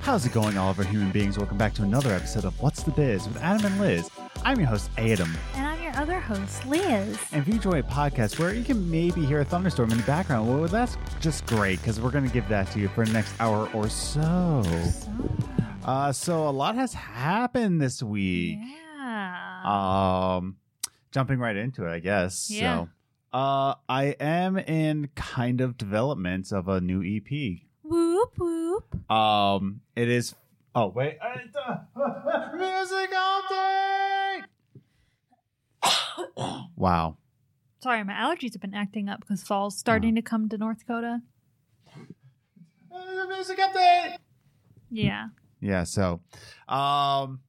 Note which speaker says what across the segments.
Speaker 1: How's it going, all of our human beings? Welcome back to another episode of What's the Biz with Adam and Liz. I'm your host, Adam.
Speaker 2: And I'm your other host, Liz.
Speaker 1: And if you enjoy a podcast where you can maybe hear a thunderstorm in the background, well, that's just great because we're going to give that to you for the next hour or so.
Speaker 2: So,
Speaker 1: Uh, so, a lot has happened this week.
Speaker 2: yeah.
Speaker 1: Um, jumping right into it, I guess.
Speaker 2: Yeah.
Speaker 1: So, uh, I am in kind of development of a new E EP.
Speaker 2: whoop whoop.
Speaker 1: Um, it is. Oh wait, I, uh, music update. wow.
Speaker 2: Sorry, my allergies have been acting up because fall's starting
Speaker 1: Uh-huh.
Speaker 2: to come to North Dakota.
Speaker 1: Music update.
Speaker 2: Yeah.
Speaker 1: Yeah. So, um,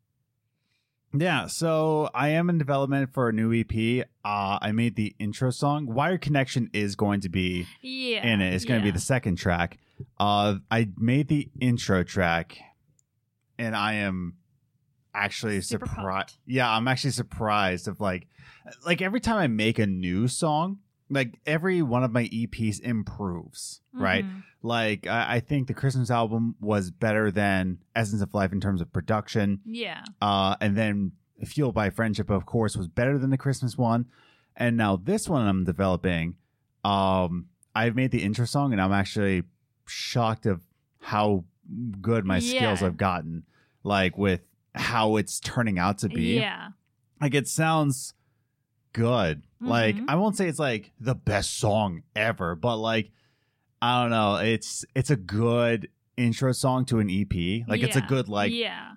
Speaker 1: yeah. So I am in development for a new EP. Uh, I made the intro song. Wire Connection is going to be
Speaker 2: Yeah.
Speaker 1: in it. It's going to
Speaker 2: yeah.
Speaker 1: be the second track. Uh, I made the intro track, and I am actually
Speaker 2: Super
Speaker 1: surprised.
Speaker 2: pumped.
Speaker 1: Yeah, I'm actually surprised of like, like every time I make a new song, like every one of my EPs improves, right?
Speaker 2: Mhm.
Speaker 1: Like I, I think the Christmas album was better than Essence of Life in terms of production,
Speaker 2: Yeah.
Speaker 1: uh, and then Fueled by Friendship, of course, was better than the Christmas one. And now this one I'm developing. Um, I've made the intro song, and I'm actually shocked of how good my skills
Speaker 2: Yeah.
Speaker 1: have gotten. Like with how it's turning out to be.
Speaker 2: Yeah.
Speaker 1: Like it sounds good. Like
Speaker 2: Mhm.
Speaker 1: I won't say it's like the best song ever, but like I don't know. It's it's a good intro song to an EP. Like it's a
Speaker 2: Yeah.
Speaker 1: good like
Speaker 2: yeah.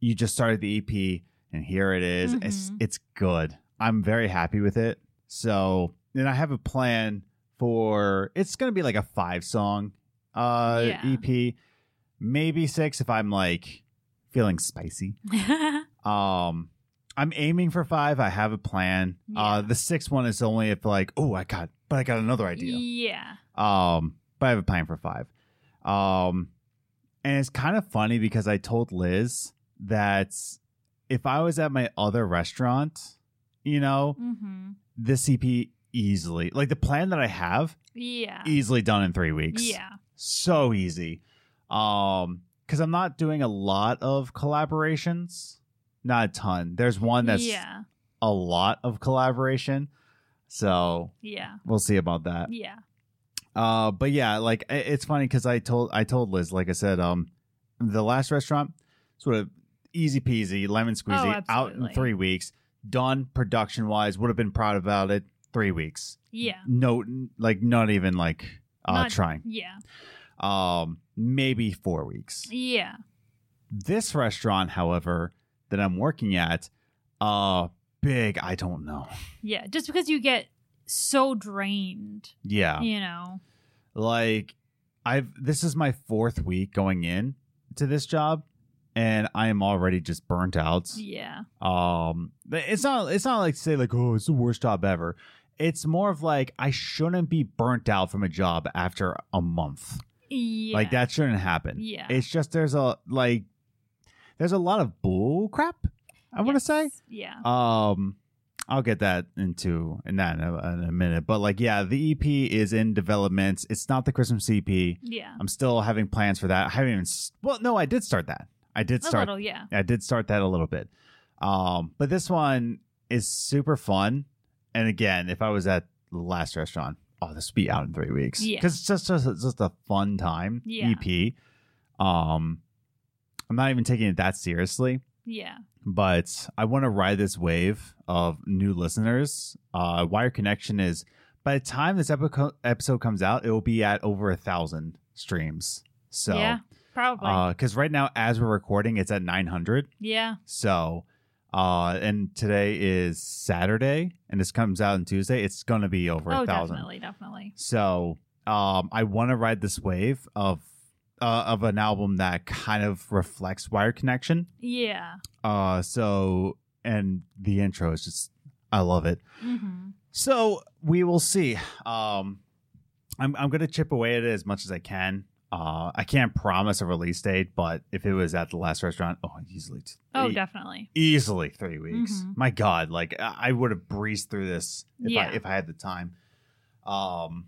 Speaker 1: you just started the EP and here it is. It's
Speaker 2: Mhm.
Speaker 1: it's good. I'm very happy with it. So and I have a plan for it's gonna be like a five song uh
Speaker 2: Yeah.
Speaker 1: EP. Maybe six if I'm like feeling spicy. Um I'm aiming for five. I have a plan. Uh
Speaker 2: Yeah.
Speaker 1: the sixth one is only if like, oh I got but I got another idea.
Speaker 2: yeah.
Speaker 1: Um, but I have a plan for five. Um, and it's kind of funny because I told Liz that if I was at my other restaurant, you know,
Speaker 2: Mm-hmm.
Speaker 1: this CP easily, like the plan that I have,
Speaker 2: Yeah.
Speaker 1: easily done in three weeks.
Speaker 2: Yeah.
Speaker 1: So easy. Um, because I'm not doing a lot of collaborations, not a ton. There's one that's
Speaker 2: yeah.
Speaker 1: a lot of collaboration. So
Speaker 2: Yeah.
Speaker 1: we'll see about that.
Speaker 2: Yeah.
Speaker 1: Uh, but yeah, like i- it's funny because I told I told Liz, like I said, um, the last restaurant sort of easy peasy, lemon squeezy, out in
Speaker 2: Oh, absolutely.
Speaker 1: three weeks, done production wise. Would have been proud about it. Three weeks,
Speaker 2: Yeah.
Speaker 1: no, n- like not even like uh,
Speaker 2: Oh. Not-
Speaker 1: trying.
Speaker 2: Yeah.
Speaker 1: Um, maybe four weeks.
Speaker 2: Yeah.
Speaker 1: This restaurant, however, that I'm working at, uh, big. I don't know.
Speaker 2: Yeah. Just because you get so drained,
Speaker 1: Yeah,
Speaker 2: you know.
Speaker 1: like i've this is my fourth week going in to this job and i am already just burnt out
Speaker 2: Yeah.
Speaker 1: um but it's not it's not like to say like oh it's the worst job ever it's more of like i shouldn't be burnt out from a job after a month
Speaker 2: Yeah.
Speaker 1: like that shouldn't happen
Speaker 2: Yeah.
Speaker 1: it's just there's a like there's a lot of bull crap i want to say
Speaker 2: Yes. Yeah.
Speaker 1: um, I'll get that into in that in a, in a minute. But like, yeah, the EP is in development. It's not the Christmas EP.
Speaker 2: Yeah.
Speaker 1: I'm still having plans for that. I haven't even. s- Well, no, I did start that. I did
Speaker 2: A
Speaker 1: start.
Speaker 2: little, yeah.
Speaker 1: I did start that a little bit. Um, but this one is super fun. And again, if I was at the last restaurant, oh, this would be out in three weeks.
Speaker 2: Yeah.
Speaker 1: because it's just just, it's just a fun time.
Speaker 2: Yeah.
Speaker 1: EP. Um, I'm not even taking it that seriously
Speaker 2: Yeah.
Speaker 1: but I want to ride this wave of new listeners. Uh, Wire Connection is by the time this epico- episode comes out, it will be at over a thousand streams. So, uh,
Speaker 2: yeah. Probably.
Speaker 1: because right now, as we're recording, it's at 900.
Speaker 2: yeah.
Speaker 1: So, uh, and today is Saturday, and this comes out on Tuesday. It's gonna be over
Speaker 2: Oh,
Speaker 1: a thousand.
Speaker 2: definitely, definitely.
Speaker 1: So, um, I want to ride this wave of uh, of an album that kind of reflects Wire Connection.
Speaker 2: Yeah.
Speaker 1: Uh so and the intro is just I love it.
Speaker 2: Mm-hmm.
Speaker 1: So we will see. Um I'm I'm gonna chip away at it as much as I can. Uh I can't promise a release date, but if it was at the last restaurant, oh easily t-
Speaker 2: Oh,
Speaker 1: e-
Speaker 2: definitely.
Speaker 1: easily three weeks.
Speaker 2: Mhm.
Speaker 1: My God, like I I would have breezed through this if I
Speaker 2: Yeah.
Speaker 1: if I had the time. Um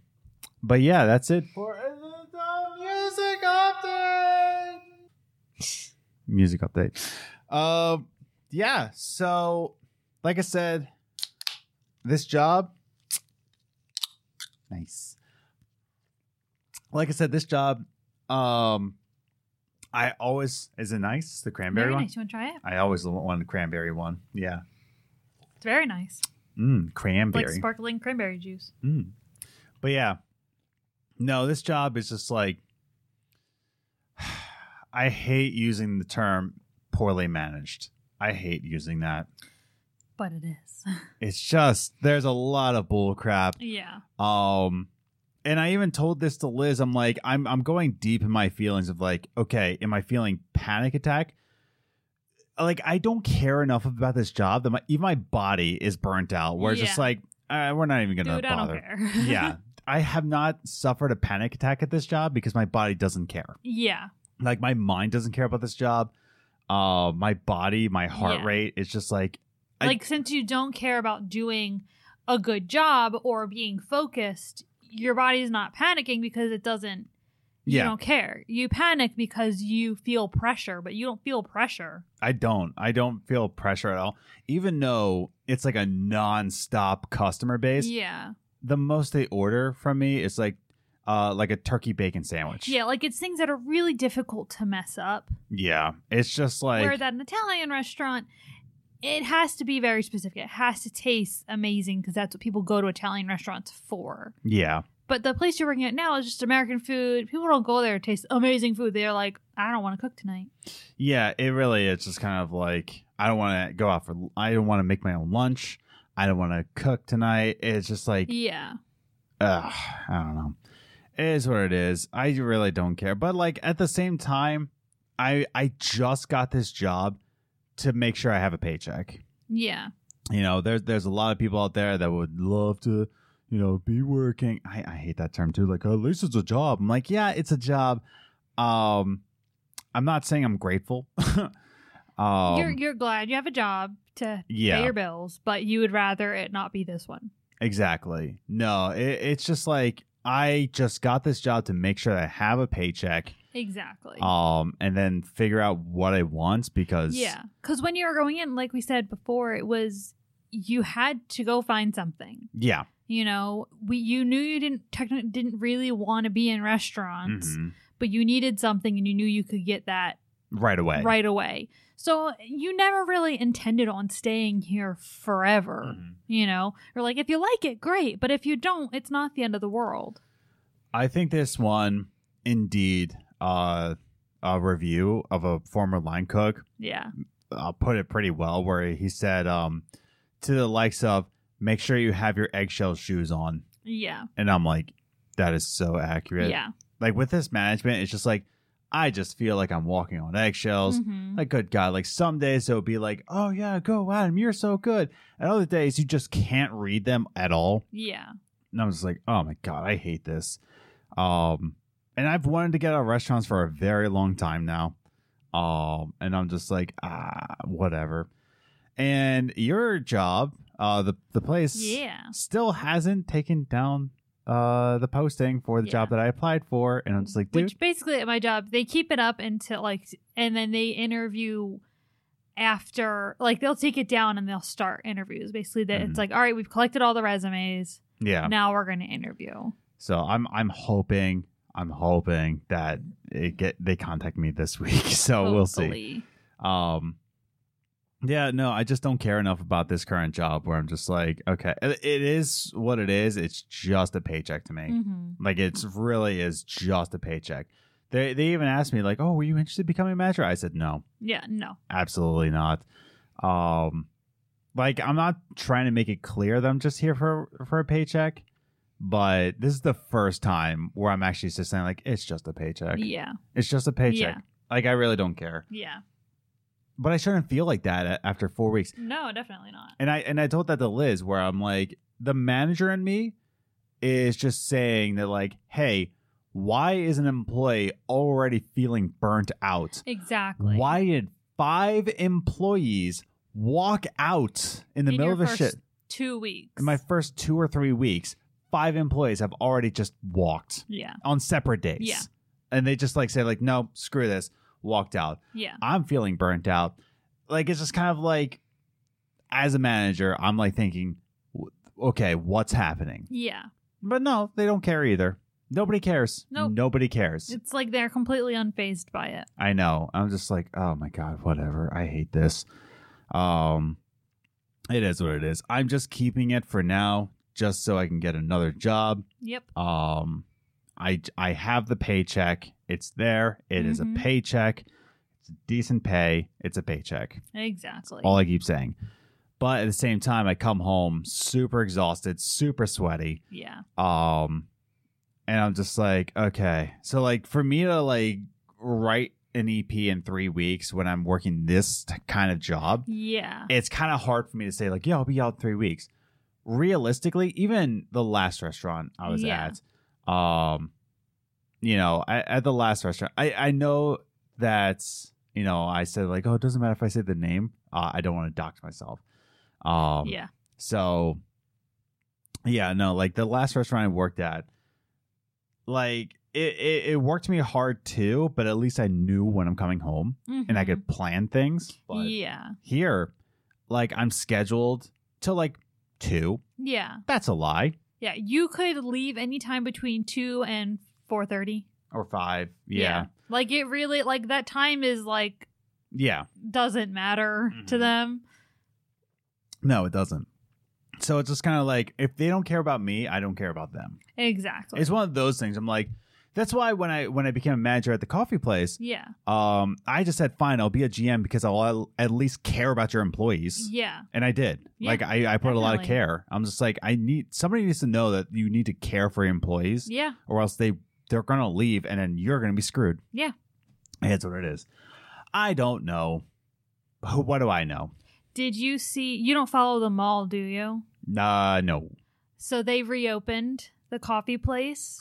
Speaker 1: but yeah, that's it for the music update. music update. Um, yeah. So, like I said, this job, nice. Like I said, this job, um, I always is it nice the cranberry
Speaker 2: Very
Speaker 1: one.
Speaker 2: nice. You want to try it?
Speaker 1: I always want the cranberry one. Yeah,
Speaker 2: It's very nice.
Speaker 1: mm,
Speaker 2: Like
Speaker 1: cranberry.
Speaker 2: sparkling cranberry juice.
Speaker 1: Mm. But yeah, no, this job is just like I hate using the term poorly managed. I hate using that.
Speaker 2: But it is.
Speaker 1: It's just there's a lot of bull crap.
Speaker 2: yeah.
Speaker 1: Um and I even told this to Liz. I'm like, I'm I'm going deep in my feelings of like, okay, am I feeling panic attack? Like I don't care enough about this job that my, even my body is burnt out. Where it's just
Speaker 2: Yeah.
Speaker 1: like, uh, we're not even gonna
Speaker 2: Dude, I don't
Speaker 1: bother
Speaker 2: care.
Speaker 1: yeah. I have not suffered a panic attack at this job because my body doesn't care.
Speaker 2: yeah.
Speaker 1: Like my mind doesn't care about this job. Uh, my body, my heart
Speaker 2: Yeah.
Speaker 1: rate is just like I-
Speaker 2: like since you don't care about doing a good job or being focused, your body's not panicking because it doesn't you
Speaker 1: yeah.
Speaker 2: don't care. You panic because you feel pressure, but you don't feel pressure.
Speaker 1: I don't. I don't feel pressure at all. Even though it's like a non-stop customer base,
Speaker 2: yeah.
Speaker 1: the most they order from me is like uh like a turkey bacon sandwich.
Speaker 2: Yeah, like it's things that are really difficult to mess up.
Speaker 1: Yeah. It's just like
Speaker 2: Whereas at an Italian restaurant, it has to be very specific. It has to taste amazing because that's what people go to Italian restaurants for.
Speaker 1: Yeah.
Speaker 2: But the place you're working at now is just American food. People don't go there to taste amazing food. They're like, I don't want to cook tonight.
Speaker 1: Yeah, it really is just kind of like I don't want to go out for I don't want to make my own lunch. I don't want to cook tonight. It's just like
Speaker 2: Yeah.
Speaker 1: ugh, I don't know. It is what it is. I really don't care. But like at the same time, I I just got this job to make sure I have a paycheck.
Speaker 2: Yeah.
Speaker 1: You know, there's there's a lot of people out there that would love to, you know, be working. I, I hate that term too. Like, "Oh, at least it's a job. I'm like, yeah, it's a job. Um I'm not saying I'm grateful. um,
Speaker 2: you're you're glad you have a job to
Speaker 1: yeah.
Speaker 2: pay your bills, but you would rather it not be this one.
Speaker 1: Exactly. No, it, it's just like I just got this job to make sure that I have a paycheck,
Speaker 2: Exactly.
Speaker 1: um, and then figure out what I want because
Speaker 2: yeah. Cuz when you were going in, like we said before, it was you had to go find something.
Speaker 1: yeah,
Speaker 2: You know, we you knew you didn't technically didn't really want to be in restaurants,
Speaker 1: mhm,
Speaker 2: but you needed something and you knew you could get that
Speaker 1: right away,
Speaker 2: right away. So you never really intended on staying here forever.
Speaker 1: Mhm.
Speaker 2: You know, or like if you like it, great, but if you don't, it's not the end of the world.
Speaker 1: I think this one, indeed, uh, a review of a former line cook
Speaker 2: Yeah.
Speaker 1: uh, put it pretty well, where he said um, to the likes of, "Make sure you have your eggshell shoes on,"
Speaker 2: Yeah.
Speaker 1: and I'm like, that is so accurate.
Speaker 2: Yeah.
Speaker 1: Like with this management, it's just like. I just feel like I'm walking on eggshells.
Speaker 2: Mhm.
Speaker 1: Like, good God. Like, some days it'll be like, oh, yeah, go, Adam, you're so good. And other days you just can't read them at all.
Speaker 2: Yeah.
Speaker 1: And I'm just like, oh my God, I hate this. Um, and I've wanted to get out of restaurants for a very long time now. Um, and I'm just like, ah, whatever. And your job, uh, the, the place
Speaker 2: Yeah.
Speaker 1: still hasn't taken down uh the posting for the
Speaker 2: Yeah.
Speaker 1: job that I applied for. And I'm just like, dude,
Speaker 2: Which basically at my job, they keep it up until like, and then they interview after, like, they'll take it down and they'll start interviews. Basically, that
Speaker 1: Mhm.
Speaker 2: it's like, all right, we've collected all the resumes.
Speaker 1: yeah.
Speaker 2: Now we're going to interview.
Speaker 1: So I'm I'm hoping I'm hoping that it get they contact me this week. So Oh,
Speaker 2: Oh,
Speaker 1: we'll see.
Speaker 2: Hopefully.
Speaker 1: Um yeah, no, I just don't care enough about this current job where I'm just like, okay, it it is what it is. It's just a paycheck to me.
Speaker 2: Mhm.
Speaker 1: Like it's really is just a paycheck. They they even asked me like, "Oh, were you interested in becoming a manager?" I said, "No,
Speaker 2: Yeah. No.
Speaker 1: absolutely not." Um like I'm not trying to make it clear that I'm just here for for a paycheck, but this is the first time where I'm actually just saying like it's just a paycheck.
Speaker 2: Yeah.
Speaker 1: It's just a paycheck.
Speaker 2: Yeah.
Speaker 1: Like I really don't care.
Speaker 2: Yeah.
Speaker 1: But I shouldn't feel like that a- after 4 weeks.
Speaker 2: No, definitely not.
Speaker 1: And I and I told that to Liz where I'm like the manager in me is just saying that like, "Hey, why is an employee already feeling burnt out?
Speaker 2: Exactly.
Speaker 1: Why did five employees walk out in the
Speaker 2: In
Speaker 1: middle
Speaker 2: your
Speaker 1: of a
Speaker 2: first
Speaker 1: shit
Speaker 2: Two weeks.
Speaker 1: in my first two or three weeks, five employees have already just walked
Speaker 2: yeah.
Speaker 1: on separate days.
Speaker 2: Yeah.
Speaker 1: And they just like say, like, no, screw this. walked out.
Speaker 2: Yeah.
Speaker 1: I'm feeling burnt out. Like it's just kind of like, as a manager, I'm like thinking, w- okay, what's happening?
Speaker 2: Yeah.
Speaker 1: But no, they don't care either. Nobody cares.
Speaker 2: Nope.
Speaker 1: Nobody cares.
Speaker 2: It's like they're completely unfazed by it.
Speaker 1: I know. I'm just like, oh my god, whatever. I hate this. Um, it is what it is. I'm just keeping it for now, just so I can get another job.
Speaker 2: Yep.
Speaker 1: Um, I I have the paycheck. It's there. It is
Speaker 2: Mhm.
Speaker 1: a paycheck. It's decent pay. It's a paycheck.
Speaker 2: Exactly.
Speaker 1: All I keep saying. But at the same time, I come home super exhausted, super sweaty.
Speaker 2: yeah.
Speaker 1: Um, and I'm just like, okay. So like for me to like write an EP in three weeks when I'm working this t- kind of job,
Speaker 2: Yeah.
Speaker 1: it's kind of hard for me to say like, yeah, I'll be out in three weeks. Realistically, even the last restaurant I was
Speaker 2: Yeah.
Speaker 1: at, um, you know, I, at the last restaurant, I I know that you know I said like, oh, it doesn't matter if I say the name. Uh, I don't want to dox myself. Um,
Speaker 2: yeah.
Speaker 1: so, yeah, no, like the last restaurant I worked at, like it, it, it worked me hard too, but at least I knew when I'm coming home and I
Speaker 2: Mhm.
Speaker 1: could plan things. But
Speaker 2: Yeah.
Speaker 1: here, like I'm scheduled till like two.
Speaker 2: Yeah.
Speaker 1: That's a lie.
Speaker 2: Yeah. You could leave anytime between two and four thirty.
Speaker 1: Or five. Yeah.
Speaker 2: Like it really like that time is like
Speaker 1: Yeah.
Speaker 2: doesn't matter to
Speaker 1: Mhm.
Speaker 2: them.
Speaker 1: No, it doesn't. So it's just kind of like if they don't care about me, I don't care about them.
Speaker 2: Exactly.
Speaker 1: It's one of those things. I'm like, that's why when I when I became a manager at the coffee place,
Speaker 2: yeah.
Speaker 1: Um, I just said, fine, I'll be a GM because I'll al- at least care about your employees.
Speaker 2: Yeah.
Speaker 1: And I did.
Speaker 2: Yeah,
Speaker 1: like, I, I put a lot of
Speaker 2: definitely.
Speaker 1: care. I'm just like, I need somebody needs to know that you need to care for your employees
Speaker 2: Yeah.
Speaker 1: or else they, they're going to leave and then you're going to be screwed.
Speaker 2: Yeah.
Speaker 1: And that's what it is. I don't know. What do I know?
Speaker 2: Did you see you don't follow the mall, do you?
Speaker 1: Uh, no.
Speaker 2: So they reopened the coffee place.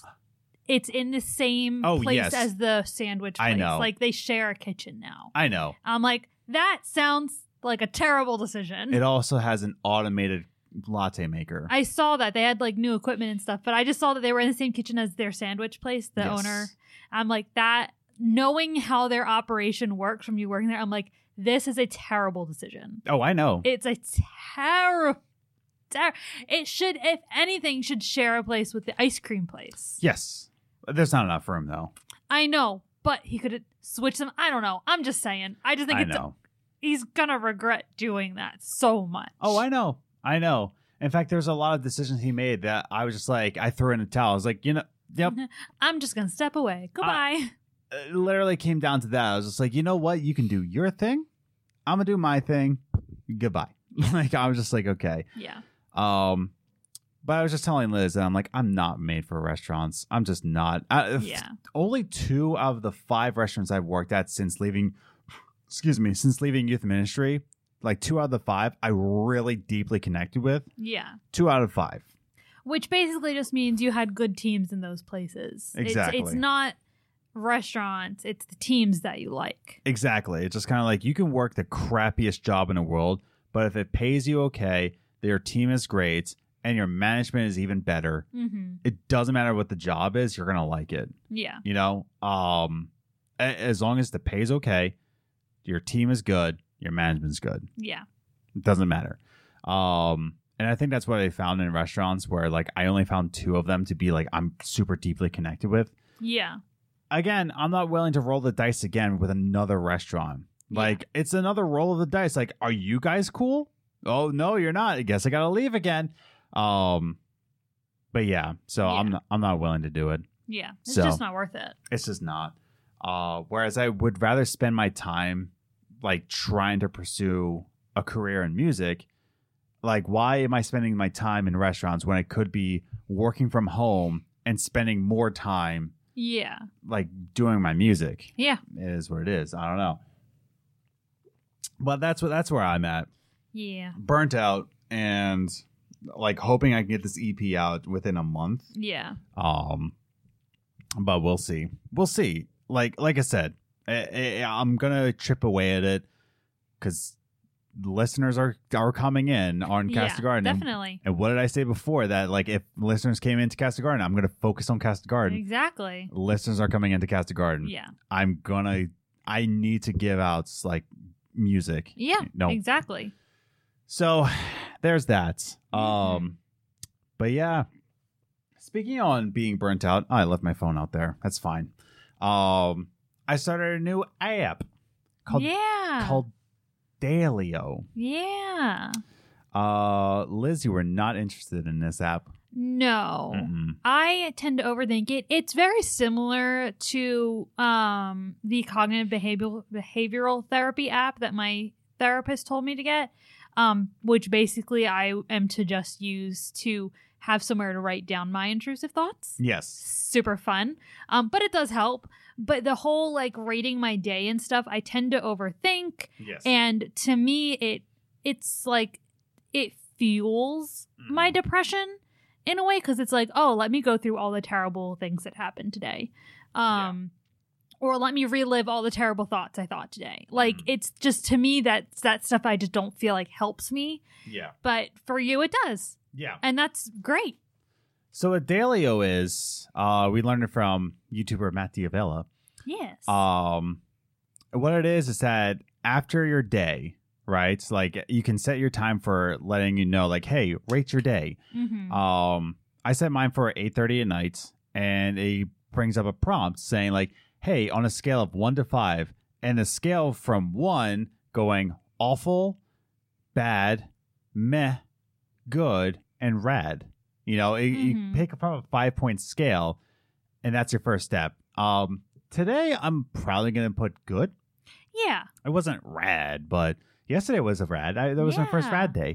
Speaker 2: It's in the same
Speaker 1: Oh,
Speaker 2: place
Speaker 1: yes.
Speaker 2: as the sandwich
Speaker 1: I
Speaker 2: place.
Speaker 1: know.
Speaker 2: Like they share a kitchen now.
Speaker 1: I know.
Speaker 2: I'm like, that sounds like a terrible decision.
Speaker 1: It also has an automated latte maker.
Speaker 2: Mm. I saw that they had like new equipment and stuff, but I just saw that they were in the same kitchen as their sandwich place, the
Speaker 1: Yes.
Speaker 2: owner. I'm like that knowing how their operation works from you working there, I'm like this is a terrible decision.
Speaker 1: oh, I know.
Speaker 2: It's a terrible ter- it should if anything should share a place with the ice cream place.
Speaker 1: yes. There's not enough room, though.
Speaker 2: I know, but he could switch them. I don't know. I'm just saying. I just think
Speaker 1: I
Speaker 2: it's
Speaker 1: know.
Speaker 2: he's going to regret doing that so much.
Speaker 1: Oh, I know. I know. In fact, there's a lot of decisions he made that I was just like, I threw in a towel. I was like, you know, yep.
Speaker 2: I'm just going to step away. Goodbye.
Speaker 1: It literally came down to that. I was just like, you know what? You can do your thing. I'm gonna do my thing. Goodbye. like I was just like, okay.
Speaker 2: yeah.
Speaker 1: Um, but I was just telling Liz, and I'm like, I'm not made for restaurants. I'm just not. I, if-
Speaker 2: Yeah.
Speaker 1: Only two out of the five restaurants I've worked at since leaving, excuse me, since leaving youth ministry, like two out of the five, I really deeply connected with.
Speaker 2: Yeah.
Speaker 1: Two out of five.
Speaker 2: Which basically just means you had good teams in those places. It's- It's,
Speaker 1: Exactly.
Speaker 2: not restaurants, it's the teams that you like.
Speaker 1: Exactly. It's just kind of like you can work the crappiest job in the world, but if it pays you okay, your team is great, and your management is even better,
Speaker 2: hmm
Speaker 1: it doesn't matter what the job is, you're going to like it.
Speaker 2: Yeah.
Speaker 1: You know, um, a- as long as the pay's okay, your team is good, your management's good.
Speaker 2: Yeah.
Speaker 1: It doesn't matter. Um, and I think that's what I found in restaurants where like I only found two of them to be like I'm super deeply connected with
Speaker 2: Yeah.
Speaker 1: again, I'm not willing to roll the dice again with another restaurant.
Speaker 2: Yeah.
Speaker 1: Like it's another roll of the dice. Like, are you guys cool? Oh no, you're not. I guess I gotta leave again. Um, but yeah, so I'm
Speaker 2: Yeah.
Speaker 1: not, I'm not willing to do it.
Speaker 2: Yeah. It's
Speaker 1: So-
Speaker 2: just not worth it.
Speaker 1: It's just not. Uh, whereas I would rather spend my time like trying to pursue a career in music. Like, why am I spending my time in restaurants when I could be working from home and spending more time
Speaker 2: Yeah.
Speaker 1: like doing my music?
Speaker 2: Yeah.
Speaker 1: it is what it is. I don't know. But that's what that's where I'm at.
Speaker 2: Yeah.
Speaker 1: Burnt out and like hoping I can get this EP out within a month.
Speaker 2: Yeah.
Speaker 1: Um but we'll see. We'll see. Like like I said, I, I, am going to chip away at it cuz listeners are are coming in on
Speaker 2: yeah,
Speaker 1: Cast Garden.
Speaker 2: Definitely.
Speaker 1: And what did I say before that like if listeners came into Cast Garden, I'm going to focus on Cast Garden.
Speaker 2: Exactly.
Speaker 1: Listeners are coming into Cast Garden.
Speaker 2: Yeah.
Speaker 1: I'm gonna I need to give out like music.
Speaker 2: Yeah,
Speaker 1: No.
Speaker 2: exactly.
Speaker 1: So there's that. Um
Speaker 2: Mhm.
Speaker 1: but yeah. Speaking on being burnt out, oh, I left my phone out there. That's fine. Um I started a new app called
Speaker 2: yeah.
Speaker 1: called Dalio.
Speaker 2: yeah.
Speaker 1: Uh Liz, you were not interested in this app.
Speaker 2: No.
Speaker 1: Mm-mm.
Speaker 2: I tend to overthink it. It's very similar to um, the cognitive behavioral behavioral therapy app that my therapist told me to get, um, which basically I am to just use to have somewhere to write down my intrusive
Speaker 1: Mm.
Speaker 2: thoughts.
Speaker 1: Yes.
Speaker 2: Super fun, um, but it does help. But the whole like rating my day and stuff, I tend to overthink,
Speaker 1: Yes.
Speaker 2: and to me, it it's like it fuels my depression in a way because it's like oh let me go through all the terrible things that happened today um or let me relive all the terrible thoughts i thought today like
Speaker 1: Mhm.
Speaker 2: it's just to me that's that stuff i just don't feel like helps me
Speaker 1: yeah.
Speaker 2: but for you it does
Speaker 1: Yeah.
Speaker 2: and that's great
Speaker 1: So what Dalio is, uh, we learned it from YouTuber Matt Diavella.
Speaker 2: yes
Speaker 1: Um, what it is is that after your day, right? It's Like you can set your time for letting you know, like, hey, rate your day.
Speaker 2: Mhm.
Speaker 1: Um, I set mine for eight thirty at night, and it brings up a prompt saying like, hey, on a scale of one to five, and the scale from one going awful, bad, meh, good, and rad. You know, it, you
Speaker 2: Mhm.
Speaker 1: pick up a five point scale, and that's your first step. Um, today I'm probably gonna put good.
Speaker 2: yeah
Speaker 1: It wasn't rad, but yesterday was a rad. I, that was my first
Speaker 2: Yeah.
Speaker 1: rad day.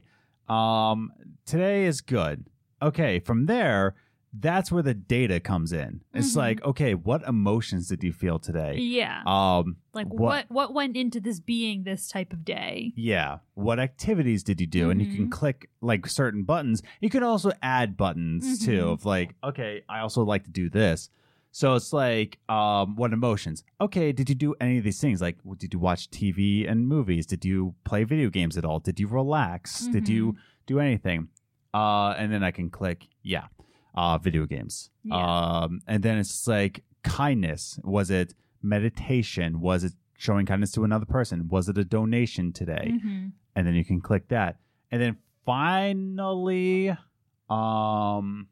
Speaker 1: Um, today is good. Okay, from there, that's where the data comes in. It's
Speaker 2: Mhm.
Speaker 1: like, okay, what emotions did you feel today?
Speaker 2: yeah
Speaker 1: Um,
Speaker 2: like
Speaker 1: what-
Speaker 2: what what went into this being this type of day
Speaker 1: yeah, what activities did you do? And you can
Speaker 2: Mhm.
Speaker 1: click like certain buttons. You can also add buttons too
Speaker 2: Mhm.
Speaker 1: of like, okay, I also like to do this. So it's like, um, what emotions? Okay, did you do any of these things? Like, w- did you watch TV and movies? Did you play video games at all? Did you relax? Did you do anything? Uh, and then I can click, yeah, uh, video games.
Speaker 2: Yeah.
Speaker 1: Um, and then it's just like kindness. Was it meditation? Was it showing kindness to another person? Was it a donation today?
Speaker 2: Mhm.
Speaker 1: and then you can click that. And then finally, um,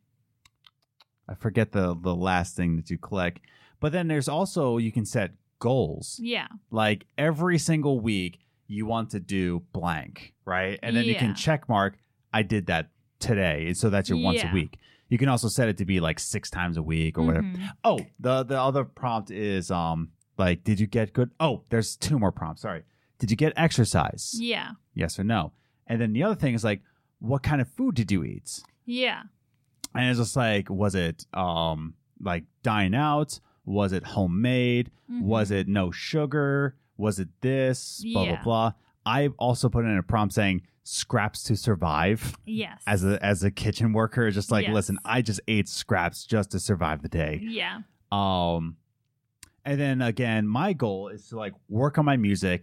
Speaker 1: I forget the the last thing that you click. But then there's also you can set goals.
Speaker 2: yeah
Speaker 1: Like every single week, you want to do blank, right? And then you
Speaker 2: Yeah.
Speaker 1: can check mark. I did that today, and so that's your once a
Speaker 2: Yeah.
Speaker 1: week. You can also set it to be like six times a week or whatever.
Speaker 2: Mhm.
Speaker 1: Oh, the the other prompt is um like did you get good? Oh, there's two more prompts. Sorry, did you get exercise?
Speaker 2: yeah
Speaker 1: yes or no. And then the other thing is like, what kind of food did you eat?
Speaker 2: yeah
Speaker 1: And it's just like, was it um like dine out? Was it homemade?
Speaker 2: Mm-hmm.
Speaker 1: Was it no sugar? Was it this? Blah blah
Speaker 2: Yeah.
Speaker 1: blah. I also put in a prompt saying scraps to survive
Speaker 2: yes
Speaker 1: as a as a kitchen worker. It's Just like,
Speaker 2: Yes.
Speaker 1: listen, I just ate scraps just to survive the day.
Speaker 2: yeah
Speaker 1: Um and then again, my goal is to like work on my music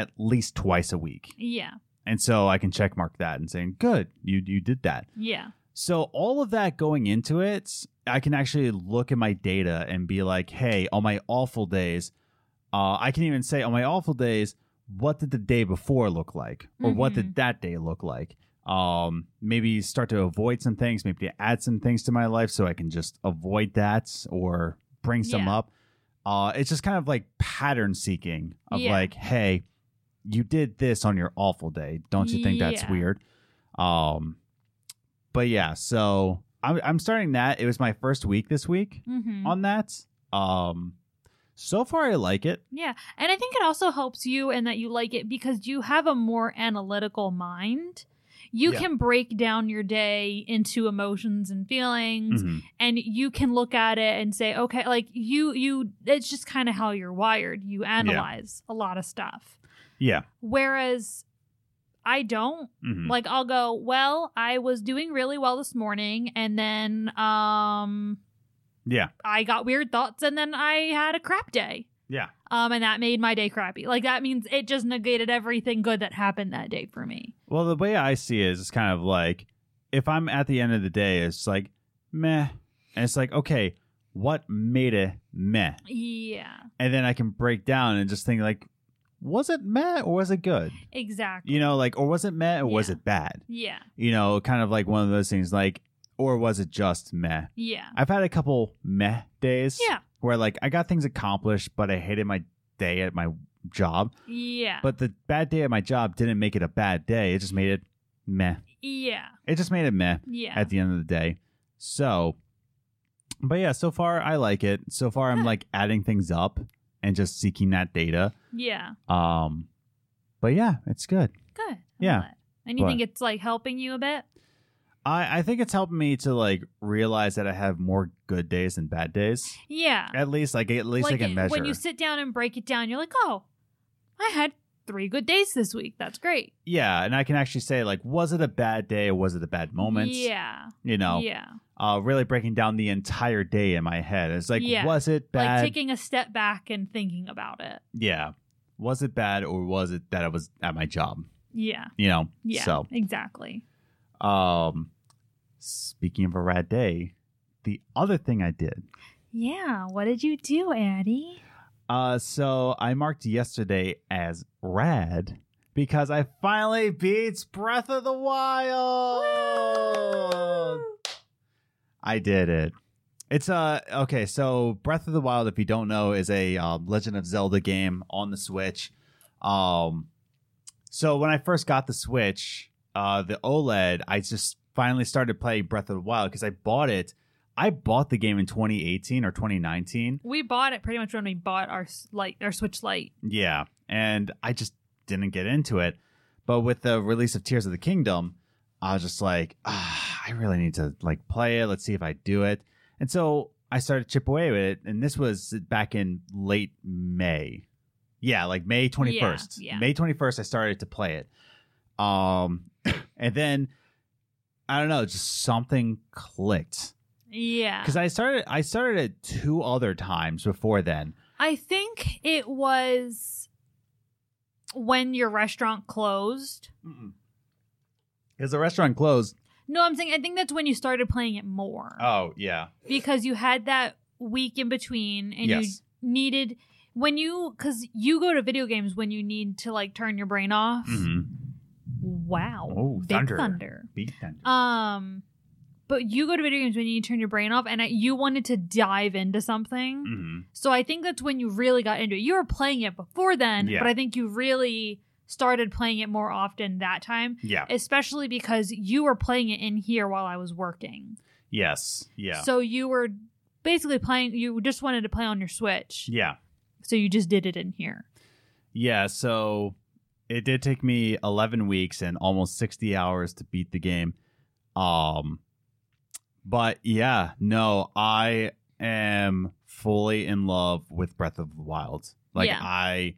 Speaker 1: at least twice a week.
Speaker 2: Yeah.
Speaker 1: And so I can check mark that and saying, good, you you did that.
Speaker 2: Yeah.
Speaker 1: So all of that going into it, I can actually look at my data and be like, hey, on my awful days, uh, I can even say on my awful days, what did the day before look like? Or what
Speaker 2: Mhm.
Speaker 1: did that day look like? Um, maybe start to avoid some things, maybe to add some things to my life so I can just avoid that or bring some
Speaker 2: Yeah.
Speaker 1: up. Uh, it's just kind of like pattern seeking of
Speaker 2: Yeah.
Speaker 1: like, hey, you did this on your awful day. Don't you think that's
Speaker 2: Yeah.
Speaker 1: weird? Um, but yeah, so I'm, I'm starting that. It was my first week this week
Speaker 2: Mm-hmm.
Speaker 1: on that. Um, so far I like it.
Speaker 2: yeah. And I think it also helps you and that you like it because you have a more analytical mind. You
Speaker 1: Yeah.
Speaker 2: can break down your day into emotions and feelings
Speaker 1: Mhm.
Speaker 2: and you can look at it and say, okay, like you you it's just kind of how you're wired. You analyze a lot of stuff.
Speaker 1: Yeah.
Speaker 2: Whereas I don't
Speaker 1: Mhm.
Speaker 2: like I'll go, well, I was doing really well this morning and then um
Speaker 1: Yeah.
Speaker 2: I got weird thoughts and then I had a crap day.
Speaker 1: Yeah.
Speaker 2: Um, and that made my day crappy. Like that means it just negated everything good that happened that day for me.
Speaker 1: Well, the way I see it is it's kind of like if I'm at the end of the day, it's like meh. And it's like, okay, what made it meh,
Speaker 2: Yeah,
Speaker 1: and then I can break down and just think like, was it meh or was it good?
Speaker 2: exactly.
Speaker 1: You know, like or was it meh or was
Speaker 2: Yeah.
Speaker 1: it bad?
Speaker 2: Yeah,
Speaker 1: You know, kind of like one of those things like, or was it just meh?
Speaker 2: yeah,
Speaker 1: I've had a couple meh days.
Speaker 2: yeah,
Speaker 1: where like I got things accomplished, but I hated my day at my job.
Speaker 2: yeah,
Speaker 1: But the bad day at my job didn't make it a bad day. It just made it meh.
Speaker 2: yeah,
Speaker 1: It just made it meh
Speaker 2: yeah.
Speaker 1: at the end of the day. So, but yeah, so far I like it. So far I'm
Speaker 2: Good.
Speaker 1: like adding things up and just seeking that data.
Speaker 2: Yeah.
Speaker 1: Um, but yeah, it's good.
Speaker 2: Good. I'm
Speaker 1: Yeah.
Speaker 2: glad. And you
Speaker 1: But-
Speaker 2: think it's like helping you a bit?
Speaker 1: I, I think it's helping me to like realize that I have more good days than bad days.
Speaker 2: Yeah.
Speaker 1: At least like at least I can
Speaker 2: it-
Speaker 1: measure.
Speaker 2: when you sit down and break it down, you're like, oh, I had three good days this week. That's great.
Speaker 1: yeah, and I can actually say like, was it a bad day or was it a bad moment?
Speaker 2: Yeah.
Speaker 1: you know,
Speaker 2: Yeah.
Speaker 1: uh, really breaking down the entire day in my head. It's like,
Speaker 2: Yeah.
Speaker 1: was it bad?
Speaker 2: Like taking a step back and thinking about it.
Speaker 1: yeah. Was it bad or was it that I was at my job?
Speaker 2: Yeah.
Speaker 1: You know?
Speaker 2: Yeah.
Speaker 1: So,
Speaker 2: Exactly.
Speaker 1: um, speaking of a rad day, the other thing I did.
Speaker 2: Yeah. What did you do, Addie?
Speaker 1: Uh, so I marked yesterday as rad because I finally beats Breath of the Wild. I did it. It's uh okay. So Breath of the Wild, if you don't know, is a uh, Legend of Zelda game on the Switch. Um, so when I first got the Switch, uh, the OLED, I just finally started playing Breath of the Wild because I bought it. I bought the game in 2018 or 2019.
Speaker 2: We bought it pretty much when we bought our s- light, our Switch Lite.
Speaker 1: Yeah, and I just didn't get into it. But with the release of Tears of the Kingdom, I was just like, ah, I really need to like play it. Let's see if I do it. And so I started to chip away with it, and this was back in late May. Yeah, like May twenty first.
Speaker 2: Yeah, yeah.
Speaker 1: May twenty first, I started to play it. Um, and then I don't know, just something clicked
Speaker 2: Yeah.
Speaker 1: because I started. I started it two other times before then.
Speaker 2: I think it was when your restaurant closed.
Speaker 1: Because the restaurant closed.
Speaker 2: No, I'm saying I think that's when you started playing it more.
Speaker 1: Oh yeah.
Speaker 2: because you had that week in between and
Speaker 1: Yes.
Speaker 2: you needed when you because you go to video games when you need to like turn your brain off wow
Speaker 1: Mm-hmm. Oh,
Speaker 2: big
Speaker 1: thunder.
Speaker 2: thunder.
Speaker 1: Beat Thunder.
Speaker 2: um but you go to video games when you need to turn your brain off and I, you wanted to dive into something
Speaker 1: Mm. Mm-hmm.
Speaker 2: so i think that's when you really got into it you were playing it before then
Speaker 1: Yeah.
Speaker 2: but i think you really started playing it more often that time
Speaker 1: Yeah.
Speaker 2: especially because you were playing it in here while i was working
Speaker 1: Yes. Yeah.
Speaker 2: So you were basically playing. You just wanted to play on your Switch,
Speaker 1: yeah.
Speaker 2: so you just did it in here.
Speaker 1: Yeah. So it did take me 11 weeks and almost 60 hours to beat the game. Um, but yeah, no, I am fully in love with Breath of the Wild. Like
Speaker 2: Yeah.
Speaker 1: I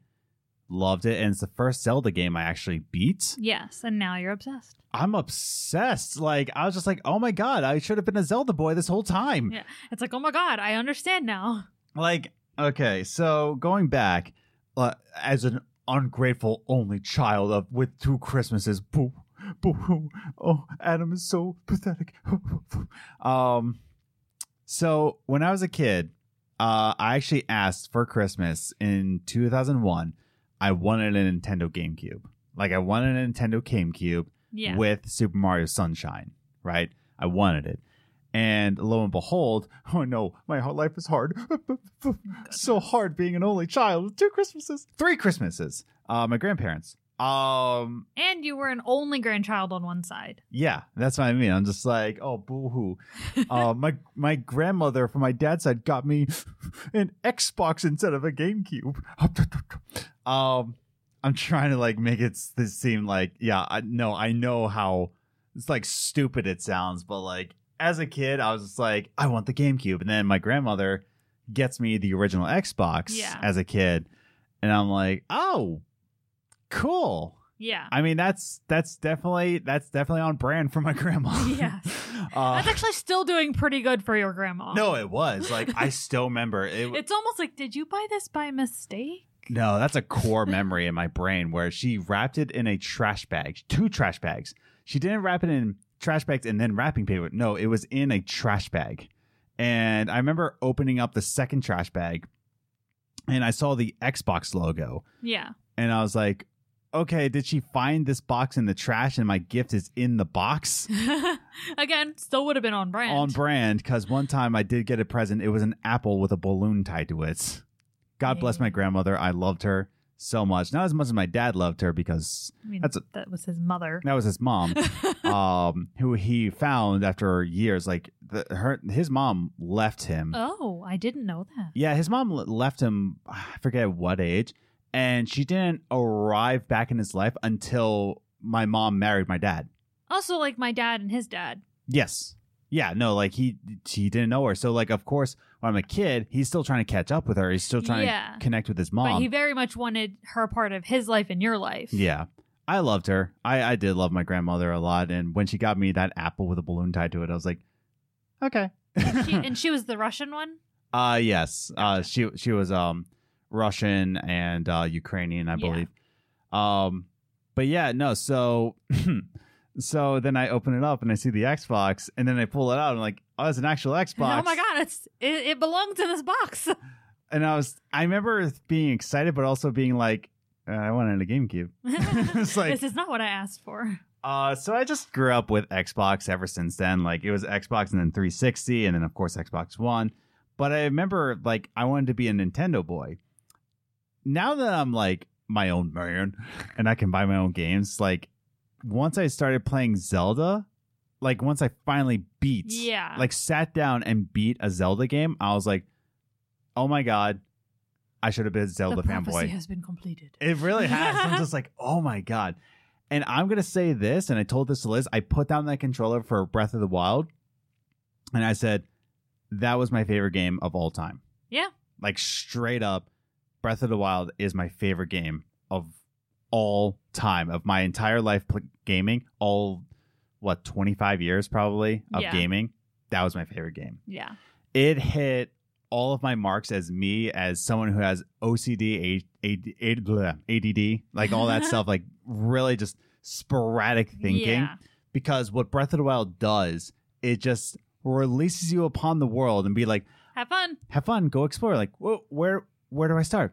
Speaker 1: loved it, and it's the first Zelda game I actually beat.
Speaker 2: Yes, and now you're obsessed.
Speaker 1: I'm obsessed. Like I was just like, oh my god, I should have been a Zelda boy this whole time.
Speaker 2: It's like, oh my god, I understand now.
Speaker 1: Like, okay, so going back, uh, as an ungrateful only child of with two Christmases, boo, boo, hoo. oh, Adam is so pathetic. um, so when I was a kid, uh, I actually asked for Christmas in 2001. I wanted a Nintendo GameCube. Like, I wanted a Nintendo GameCube
Speaker 2: Yeah,
Speaker 1: with Super Mario Sunshine, right? I wanted it. And lo and behold, oh no, my whole life is hard. so hard being an only child with two Christmases, three Christmases. Uh, my grandparents. Um,
Speaker 2: and you were an only grandchild on one side.
Speaker 1: yeah, that's what I mean. I'm just like, oh, boo hoo. uh, my my grandmother from my dad's side got me an Xbox instead of a GameCube. um, I'm trying to like make it s- this seem like, yeah, I no, I know how it's like stupid it sounds, but like as a kid, I was just like, I want the GameCube, and then my grandmother gets me the original Xbox
Speaker 2: Yeah.
Speaker 1: as a kid, and I'm like, oh, cool.
Speaker 2: Yeah,
Speaker 1: I mean, that's that's definitely that's definitely on brand for my grandma.
Speaker 2: Yes.
Speaker 1: uh,
Speaker 2: that's actually still doing pretty good for your grandma.
Speaker 1: no, it was like I still remember it.
Speaker 2: It's almost like, did you buy this by mistake?
Speaker 1: no, that's a core memory in my brain where she wrapped it in a trash bag, two trash bags. She didn't wrap it in trash bags and then wrapping paper. No, it was in a trash bag, And I remember opening up the second trash bag and I saw the Xbox logo.
Speaker 2: Yeah.
Speaker 1: And I was like, okay, did she find this box in the trash and my gift is in the box?
Speaker 2: Again, still would have been on brand.
Speaker 1: On brand. Because one time I did get a present. It was an apple with a balloon tied to it. God bless my
Speaker 2: Hey.
Speaker 1: grandmother. I loved her so much. Not as much as my dad loved her because
Speaker 2: I mean,
Speaker 1: That's a-
Speaker 2: that was his mother.
Speaker 1: that was his mom. um, who he found after years. Like the, her, his mom left him.
Speaker 2: oh, I didn't know that.
Speaker 1: Yeah, his mom l- left him. I forget what age, and she didn't arrive back in his life until my mom married my dad.
Speaker 2: Also, like my dad and his dad.
Speaker 1: Yes. Yeah. No. Like he, he didn't know her. So like, of course, when I'm a kid, he's still trying to catch up with her. He's still trying
Speaker 2: yeah.
Speaker 1: to connect with his
Speaker 2: But
Speaker 1: mom.
Speaker 2: he very much wanted her part of his life and your life.
Speaker 1: yeah. I loved her. I, I did love my grandmother a lot. And when she got me that apple with a balloon tied to it, I was like, okay.
Speaker 2: She, and she was the Russian one.
Speaker 1: Uh yes. Uh
Speaker 2: Gotcha.
Speaker 1: she she was um Russian and uh Ukrainian, I
Speaker 2: Yeah.
Speaker 1: believe. Um but yeah, no, so so then I open it up and I see the Xbox and then I pull it out and I'm like, "Oh, it's an actual Xbox."
Speaker 2: Oh my god, it's it, it belongs in this box.
Speaker 1: And I was I remember being excited but also being like, uh, I wanted a GameCube. It's like-
Speaker 2: this is not what I asked for.
Speaker 1: Uh so I just grew up with Xbox ever since then. Like it was Xbox and then 360 and then of course Xbox 1. But I remember like I wanted to be a Nintendo boy. Now that I'm like my own man and I can buy my own games, like once I started playing Zelda, like once I finally beat
Speaker 2: Yeah.
Speaker 1: like sat down and beat a Zelda game, I was like, "Oh my god, I should have been a Zelda
Speaker 2: the
Speaker 1: fanboy."
Speaker 2: prophecy has been completed.
Speaker 1: It really has. I'm just like, oh my god. And I'm gonna say this, and I told this to Liz. I put down that controller for Breath of the Wild, and I said that was my favorite game of all time.
Speaker 2: Yeah.
Speaker 1: like straight up, Breath of the Wild is my favorite game of all time of my entire life pl- gaming. All what 25 years probably of
Speaker 2: Yeah.
Speaker 1: gaming. That was my favorite game
Speaker 2: yeah.
Speaker 1: it hit all of my marks as me as someone who has OCD, A- A- A- bleh, ADD, like all that stuff, like really just sporadic thinking.
Speaker 2: Yeah.
Speaker 1: Because what Breath of the Wild does, it just releases you upon the world and be like,
Speaker 2: Have fun.
Speaker 1: have fun, go explore. Like, whoa, where where do I start?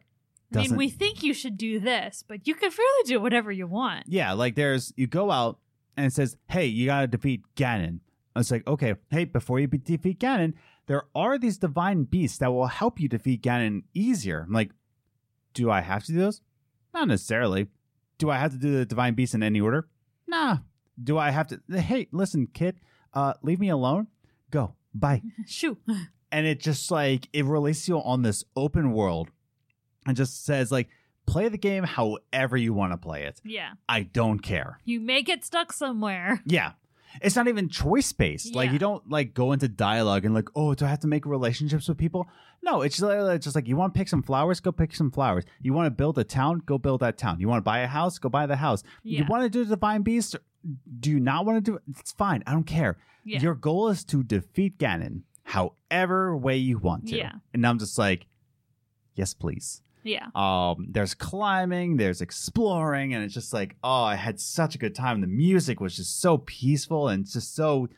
Speaker 2: I mean, we think you should do this, but you could really do whatever you want.
Speaker 1: Yeah, like there's you go out and it says, "Hey, you gotta defeat Ganon." It's like, okay, hey, before you be- defeat Ganon, there are these divine beasts that will help you defeat Ganon easier. I'm like, do I have to do those? Not necessarily. Do I have to do the divine beasts in any order? Nah. Do I have to? Hey, listen, kid, uh, leave me alone. Go. Bye
Speaker 2: Shoo.
Speaker 1: and it just like it releases you on this open world and just says like play the game however you want to play it
Speaker 2: Yeah.
Speaker 1: i don't care
Speaker 2: You may get stuck somewhere.
Speaker 1: yeah it's not even choice based like
Speaker 2: Yeah.
Speaker 1: you don't like go into dialogue and like oh do i have to make relationships with people no it's just like, it's just like you want to pick some flowers go pick some flowers you want to build a town go build that town you want to buy a house go buy the house
Speaker 2: Yeah.
Speaker 1: you want to do the divine beast do you not want to do it it's fine i don't care
Speaker 2: Yeah.
Speaker 1: your goal is to defeat Ganon however way you want to.
Speaker 2: Yeah.
Speaker 1: And I'm just like, yes, please.
Speaker 2: yeah.
Speaker 1: Um, there's climbing, there's exploring, and it's just like, oh, I had such a good time. The music was just so peaceful and just so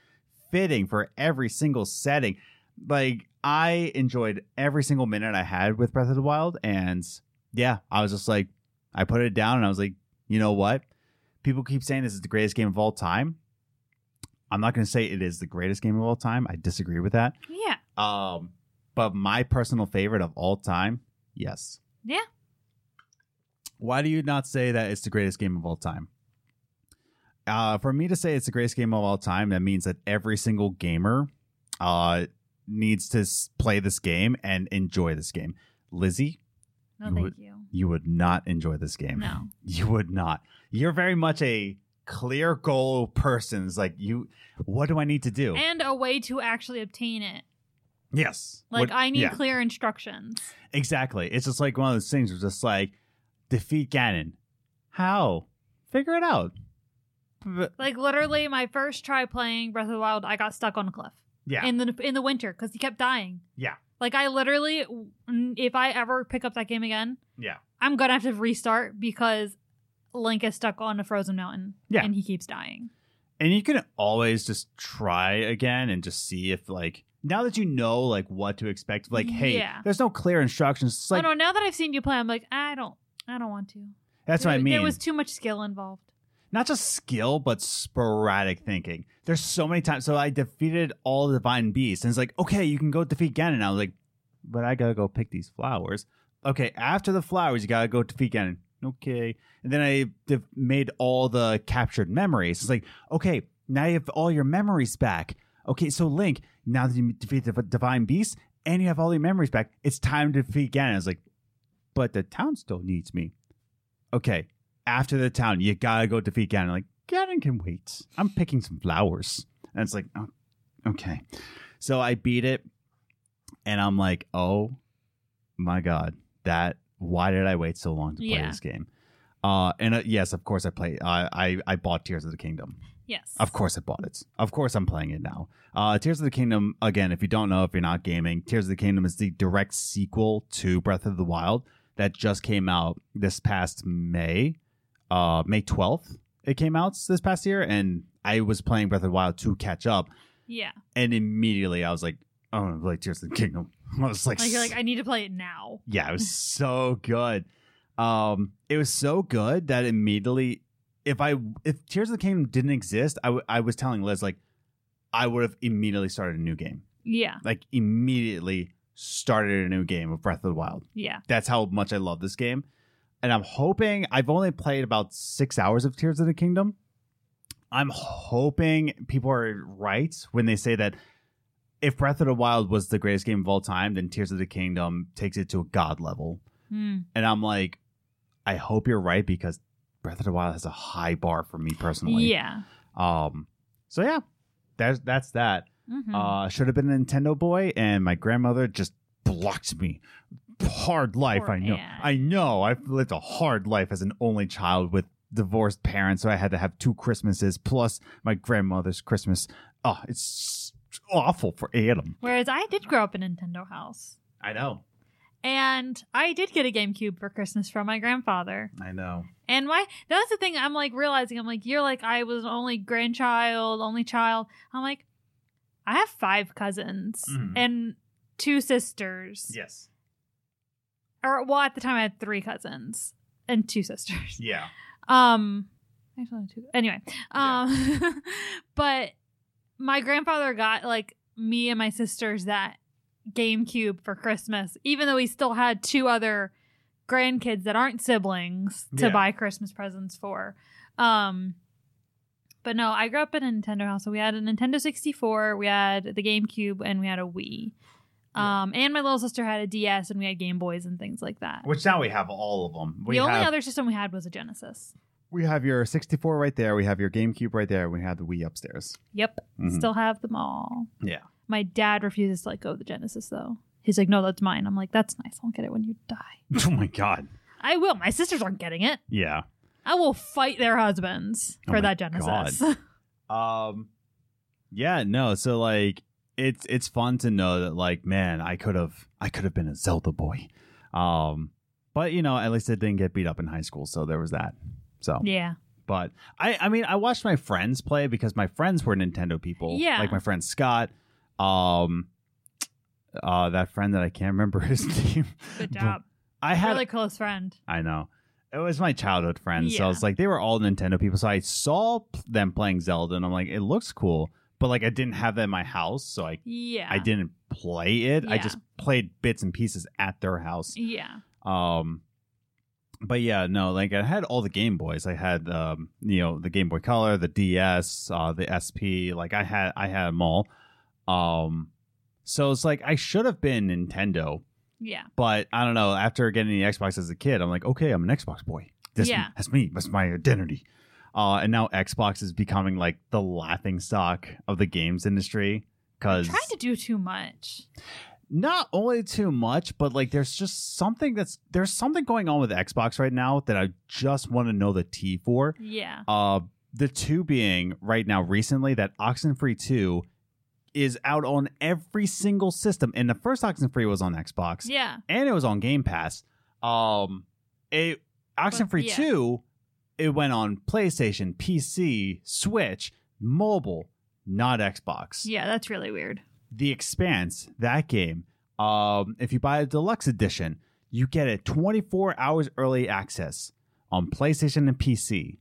Speaker 1: fitting for every single setting. Like I enjoyed every single minute I had with Breath of the Wild, and yeah, I was just like, I put it down and I was like, you know what? People keep saying this is the greatest game of all time. I'm not going to say it is the greatest game of all time. I disagree with that.
Speaker 2: Yeah.
Speaker 1: Um, but my personal favorite of all time, yes.
Speaker 2: Yeah.
Speaker 1: Why do you not say that it's the greatest game of all time? Uh, for me to say it's the greatest game of all time, that means that every single gamer uh, needs to s- play this game and enjoy this game. Lizzie,
Speaker 2: No,
Speaker 1: You
Speaker 2: thank
Speaker 1: would-
Speaker 2: you.
Speaker 1: you would not enjoy this game.
Speaker 2: No.
Speaker 1: You would not. You're very much a clear goal person. It's like you, what do I need to do?
Speaker 2: And a way to actually obtain it.
Speaker 1: yes.
Speaker 2: Like,
Speaker 1: What-
Speaker 2: I need
Speaker 1: yeah.
Speaker 2: clear instructions.
Speaker 1: Exactly. It's just like one of those things where it's just like defeat Ganon. How? Figure it out. B-
Speaker 2: Like, literally, my first try playing Breath of the Wild, I got stuck on a cliff
Speaker 1: yeah.
Speaker 2: in the in the winter because he kept dying.
Speaker 1: Yeah.
Speaker 2: Like, I literally, if I ever pick up that game again,
Speaker 1: yeah.
Speaker 2: I'm gonna have to restart because Link is stuck on a frozen mountain.
Speaker 1: Yeah.
Speaker 2: And he keeps dying.
Speaker 1: And you can always just try again and just see if like now that you know like what to expect, like hey,
Speaker 2: Yeah.
Speaker 1: there's no clear instructions. It's like
Speaker 2: oh no! Now that I've seen you play, I'm like, I don't, I don't want to.
Speaker 1: that's what I
Speaker 2: There-
Speaker 1: mean.
Speaker 2: There was too much skill involved.
Speaker 1: Not just skill, but sporadic thinking. There's so many times. So I defeated all the divine beasts, and it's like, okay, you can go defeat Ganon. I was like, but I gotta go pick these flowers. Okay, after the flowers, you gotta go defeat Ganon. Okay, and then I de- made all the captured memories. It's like, okay, now you have all your memories back. Okay, so Link, now that you defeat the divine beast and you have all your memories back, it's time to defeat Ganon. I was like, but the town still needs me. Okay, after the town, you gotta go defeat Ganon. Like, Ganon can wait. I'm picking some flowers. And it's like, oh, okay. So I beat it, and I'm like, oh my god, that why did I wait so long to play
Speaker 2: Yeah.
Speaker 1: this game? Uh, and uh, yes, of course I play. I I, I bought Tears of the Kingdom.
Speaker 2: Yes.
Speaker 1: Of course, I bought it. Of course, I'm playing it now. Uh, Tears of the Kingdom, again, if you don't know, if you're not gaming, Tears of the Kingdom is the direct sequel to Breath of the Wild that just came out this past May, uh, May 12th. It came out this past year, and I was playing Breath of the Wild to catch up,
Speaker 2: Yeah.
Speaker 1: and immediately I was like, "Oh, I want to play Tears of the Kingdom. I was like,
Speaker 2: Like you're like, I need to play it now.
Speaker 1: yeah, it was so good. Um, it was so good that immediately, if I if Tears of the Kingdom didn't exist, I w- I was telling Liz like I would have immediately started a new game,
Speaker 2: Yeah.
Speaker 1: like immediately started a new game of Breath of the Wild.
Speaker 2: Yeah.
Speaker 1: That's how much I love this game, and I'm hoping I've only played about six hours of Tears of the Kingdom. I'm hoping people are right when they say that if Breath of the Wild was the greatest game of all time, then Tears of the Kingdom takes it to a god level.
Speaker 2: Hmm.
Speaker 1: And I'm like, I hope you're right because Breath of the Wild has a high bar for me personally.
Speaker 2: Yeah.
Speaker 1: Um. So yeah, that's that's that.
Speaker 2: Mhm.
Speaker 1: Uh, should have been a Nintendo boy, and my grandmother just blocked me. Hard life,
Speaker 2: Poor
Speaker 1: I know.
Speaker 2: aunt.
Speaker 1: I know. I've lived a hard life as an only child with divorced parents, so I had to have two Christmases plus my grandmother's Christmas. Oh, it's awful for Adam.
Speaker 2: Whereas I did grow up in a Nintendo house,
Speaker 1: I know.
Speaker 2: and I did get a GameCube for Christmas from my grandfather.
Speaker 1: I know.
Speaker 2: And my that's the thing I'm like realizing. I'm like, you're like I was only grandchild, only child. I'm like, I have five cousins
Speaker 1: Mhm.
Speaker 2: and two sisters.
Speaker 1: Yes.
Speaker 2: Or well, at the time I had three cousins and two sisters.
Speaker 1: Yeah.
Speaker 2: Um, actually, only two. Anyway, um, but my grandfather got like me and my sisters that GameCube for Christmas, even though he still had two other grandkids that aren't siblings to
Speaker 1: Yeah.
Speaker 2: buy Christmas presents for. Um, but no, I grew up in a Nintendo house, so we had a Nintendo 64, we had the GameCube, and we had a Wii. Um, and my little sister had a DS, and we had Game Boys and things like that.
Speaker 1: Which now we have all of them. We
Speaker 2: the
Speaker 1: have
Speaker 2: only other system we had was a Genesis.
Speaker 1: We have your 64 right there. We have your GameCube right there. We have the Wii upstairs.
Speaker 2: Yep.
Speaker 1: Mhm.
Speaker 2: Still have them all.
Speaker 1: Yeah.
Speaker 2: My dad refuses to let go of the Genesis though. He's like, no, that's mine. I'm like, that's nice. I'll get it when you die.
Speaker 1: oh my god.
Speaker 2: I will. My sisters aren't getting it.
Speaker 1: Yeah.
Speaker 2: I will fight their husbands
Speaker 1: Oh my
Speaker 2: for that Genesis.
Speaker 1: Um Yeah, no. So like it's it's fun to know that like man, I could have I could have been a Zelda boy. Um but you know, at least I didn't get beat up in high school, so there was that. So,
Speaker 2: yeah.
Speaker 1: but I I mean, I watched my friends play because my friends were Nintendo people.
Speaker 2: Yeah.
Speaker 1: Like my friend Scott, um uh that friend that I can't remember his name.
Speaker 2: Good job.
Speaker 1: I had
Speaker 2: really close friend.
Speaker 1: I know. It was my childhood friends. So
Speaker 2: Yeah.
Speaker 1: it's like they were all Nintendo people. So I saw p- them playing Zelda and I'm like, it looks cool. But like I didn't have that in my house. So I,
Speaker 2: Yeah.
Speaker 1: I didn't play it. I
Speaker 2: Yeah.
Speaker 1: just played bits and pieces at their house.
Speaker 2: Yeah.
Speaker 1: Um, but yeah, no, like I had all the Game Boys. I had, um, you know, the Game Boy Color, the DS, uh, the SP. Like I had, I had them all. Um, so it's like I should have been Nintendo,
Speaker 2: Yeah.
Speaker 1: but I don't know. After getting the Xbox as a kid, I'm like, okay, I'm an Xbox boy. This,
Speaker 2: Yeah.
Speaker 1: That's me. That's my identity. Uh, and now Xbox is becoming like the laughing stock of the games industry because
Speaker 2: Trying to do too much.
Speaker 1: not only too much, but like there's just something that's there's something going on with Xbox right now that I just want to know the T for.
Speaker 2: Yeah.
Speaker 1: Uh, the two being right now recently that Oxenfree 2 is out on every single system, and the first Oxenfree was on Xbox
Speaker 2: Yeah.
Speaker 1: and it was on Game Pass. Um, it Oxenfree
Speaker 2: yeah.
Speaker 1: Two, it went on PlayStation, PC, Switch, mobile, not Xbox.
Speaker 2: Yeah. That's really weird.
Speaker 1: The Expanse, that game. Um, if you buy a deluxe edition, you get it 24 hours early access on PlayStation and PC,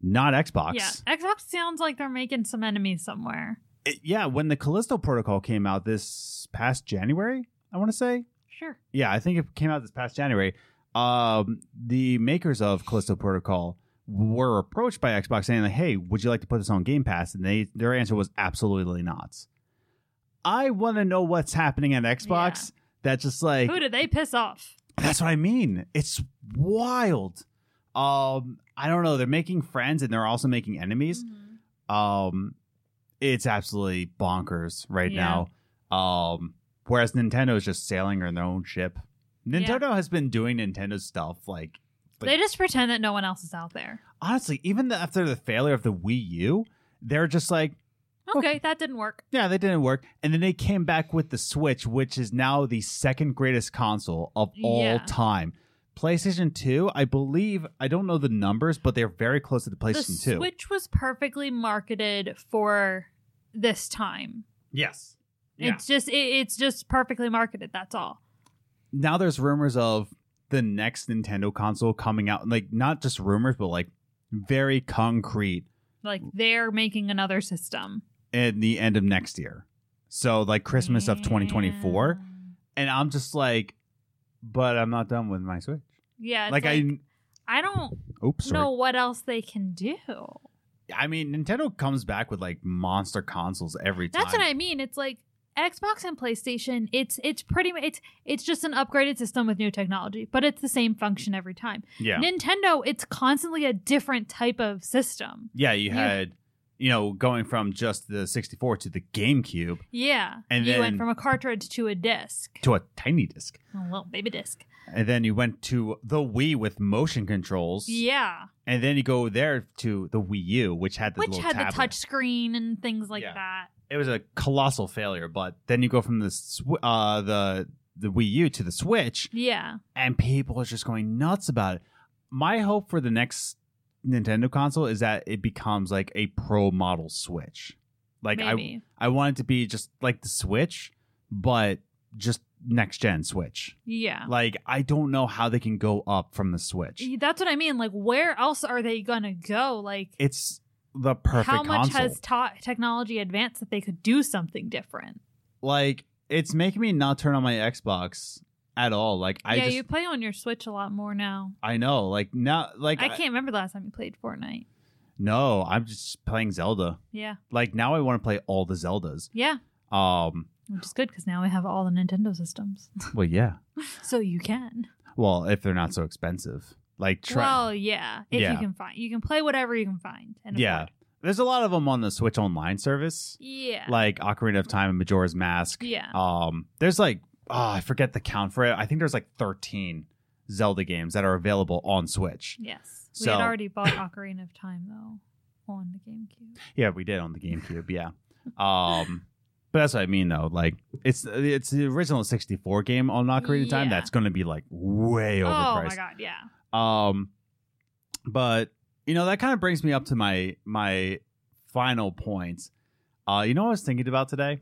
Speaker 1: not Xbox.
Speaker 2: Yeah, Xbox sounds like they're making some enemies somewhere.
Speaker 1: It- yeah, when the Callisto Protocol came out this past January, I want to say.
Speaker 2: Sure.
Speaker 1: Yeah, I think it came out this past January. Um, the makers of Callisto Protocol were approached by Xbox saying, like, "Hey, would you like to put this on Game Pass?" And they their answer was absolutely not. I want to know what's happening at Xbox. That's just like
Speaker 2: Who did they piss off?
Speaker 1: that's what I mean. It's wild. Um, I don't know. They're making friends and they're also making enemies
Speaker 2: Mhm.
Speaker 1: um it's absolutely bonkers right
Speaker 2: Yeah.
Speaker 1: now um whereas nintendo is just sailing on their own ship nintendo has been doing nintendo stuff like But-
Speaker 2: they just pretend that no one else is out there.
Speaker 1: honestly even the, after the failure of the wii u they're just like Oh.
Speaker 2: Okay, that didn't work.
Speaker 1: yeah they didn't work and then they came back with the switch which is now the second greatest console of all
Speaker 2: Yeah.
Speaker 1: time playstation 2 i believe i don't know the numbers but they're very close to the
Speaker 2: The
Speaker 1: playstation 2
Speaker 2: Switch was perfectly marketed for this time.
Speaker 1: yes
Speaker 2: It's just it, it's just perfectly marketed. That's all.
Speaker 1: now there's rumors of the next Nintendo console coming out. Like not just rumors, but like very concrete
Speaker 2: Like they're making another system.
Speaker 1: at the end of next year. So like Christmas of 2024,
Speaker 2: Damn.
Speaker 1: and I'm just like, but I'm not done with my Switch.
Speaker 2: Yeah, it's
Speaker 1: Like,
Speaker 2: I don't
Speaker 1: I, oops, sorry.
Speaker 2: know what else they can do.
Speaker 1: I mean Nintendo comes back with like monster consoles every time.
Speaker 2: That's what I mean. It's like Xbox and PlayStation. It's it's pretty mu- it's it's just an upgraded system with new technology, but it's the same function every time.
Speaker 1: yeah,
Speaker 2: Nintendo, it's constantly a different type of system.
Speaker 1: yeah. You
Speaker 2: you-
Speaker 1: had you know going from just the 64 to the GameCube
Speaker 2: Yeah,
Speaker 1: And
Speaker 2: you
Speaker 1: then-
Speaker 2: went from a cartridge to a disc,
Speaker 1: to a tiny disc,
Speaker 2: a little Oh, baby disc.
Speaker 1: and then you went to the Wii with motion controls.
Speaker 2: Yeah,
Speaker 1: And then you go there to the Wii U, which had the
Speaker 2: which
Speaker 1: little
Speaker 2: had
Speaker 1: tablet.
Speaker 2: the touch screen and things like
Speaker 1: Yeah.
Speaker 2: that.
Speaker 1: It was a colossal failure. But then you go from the sw- uh, the the Wii U to the Switch,
Speaker 2: Yeah,
Speaker 1: and people are just going nuts about it. My hope for the next Nintendo console is that it becomes like a pro model Switch. Like
Speaker 2: maybe.
Speaker 1: I I want it to be just like the Switch, but just next gen Switch.
Speaker 2: yeah.
Speaker 1: Like I don't know how they can go up from the Switch.
Speaker 2: That's what I mean. Like, where else are they gonna go? Like,
Speaker 1: It's the perfect
Speaker 2: how much
Speaker 1: console.
Speaker 2: has ta- technology advanced that they could do something different?
Speaker 1: like it's making me not turn on my Xbox at all. Like I
Speaker 2: yeah,
Speaker 1: just
Speaker 2: you play on your Switch a lot more now.
Speaker 1: I know like now like
Speaker 2: I can't remember the last time you played Fortnite.
Speaker 1: no, I'm just playing Zelda.
Speaker 2: Yeah,
Speaker 1: Like now I want to play all the Zeldas.
Speaker 2: yeah,
Speaker 1: Um
Speaker 2: which is good because now we have all the Nintendo systems,
Speaker 1: well yeah.
Speaker 2: so you can.
Speaker 1: Well, if they're not so expensive. Like try
Speaker 2: Well, yeah, if
Speaker 1: Yeah.
Speaker 2: you can find, you can play whatever you can find. And
Speaker 1: Yeah.
Speaker 2: afford.
Speaker 1: There's a lot of them on the Switch online service.
Speaker 2: yeah,
Speaker 1: Like Ocarina of Time and Majora's Mask.
Speaker 2: Yeah.
Speaker 1: Um there's like oh, I forget the count for it. I think there's like 13 Zelda games that are available on Switch.
Speaker 2: yes. We had
Speaker 1: So-
Speaker 2: already bought Ocarina of Time though on the GameCube.
Speaker 1: Yeah, we did on the GameCube. Yeah. Um, but that's what I mean though. Like it's it's the original 64 game on Ocarina of Time.
Speaker 2: Yeah.
Speaker 1: That's going to be like way
Speaker 2: Oh my
Speaker 1: overpriced.
Speaker 2: god, yeah.
Speaker 1: um, but you know that kind of brings me up to my my final point. Uh, you know what I was thinking about today?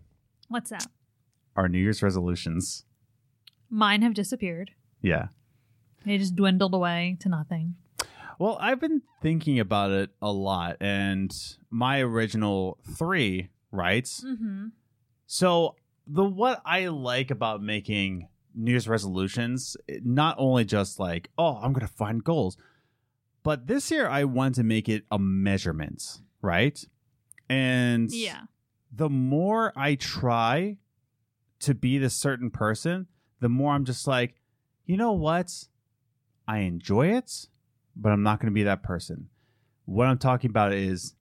Speaker 2: What's that?
Speaker 1: Our New Year's resolutions.
Speaker 2: Mine have disappeared.
Speaker 1: Yeah.
Speaker 2: They just dwindled away to nothing.
Speaker 1: Well, I've been thinking about it a lot, and my original three, right?
Speaker 2: Mm-hmm.
Speaker 1: So the what I like about making New Year's resolutions, it- not only just like, oh, I'm gonna find goals, but this year I want to make it a measurement, right? And
Speaker 2: Yeah.
Speaker 1: the more I try to be this certain person, the more I'm just like, you know what? I enjoy it, but I'm not gonna be that person. What I'm talking about is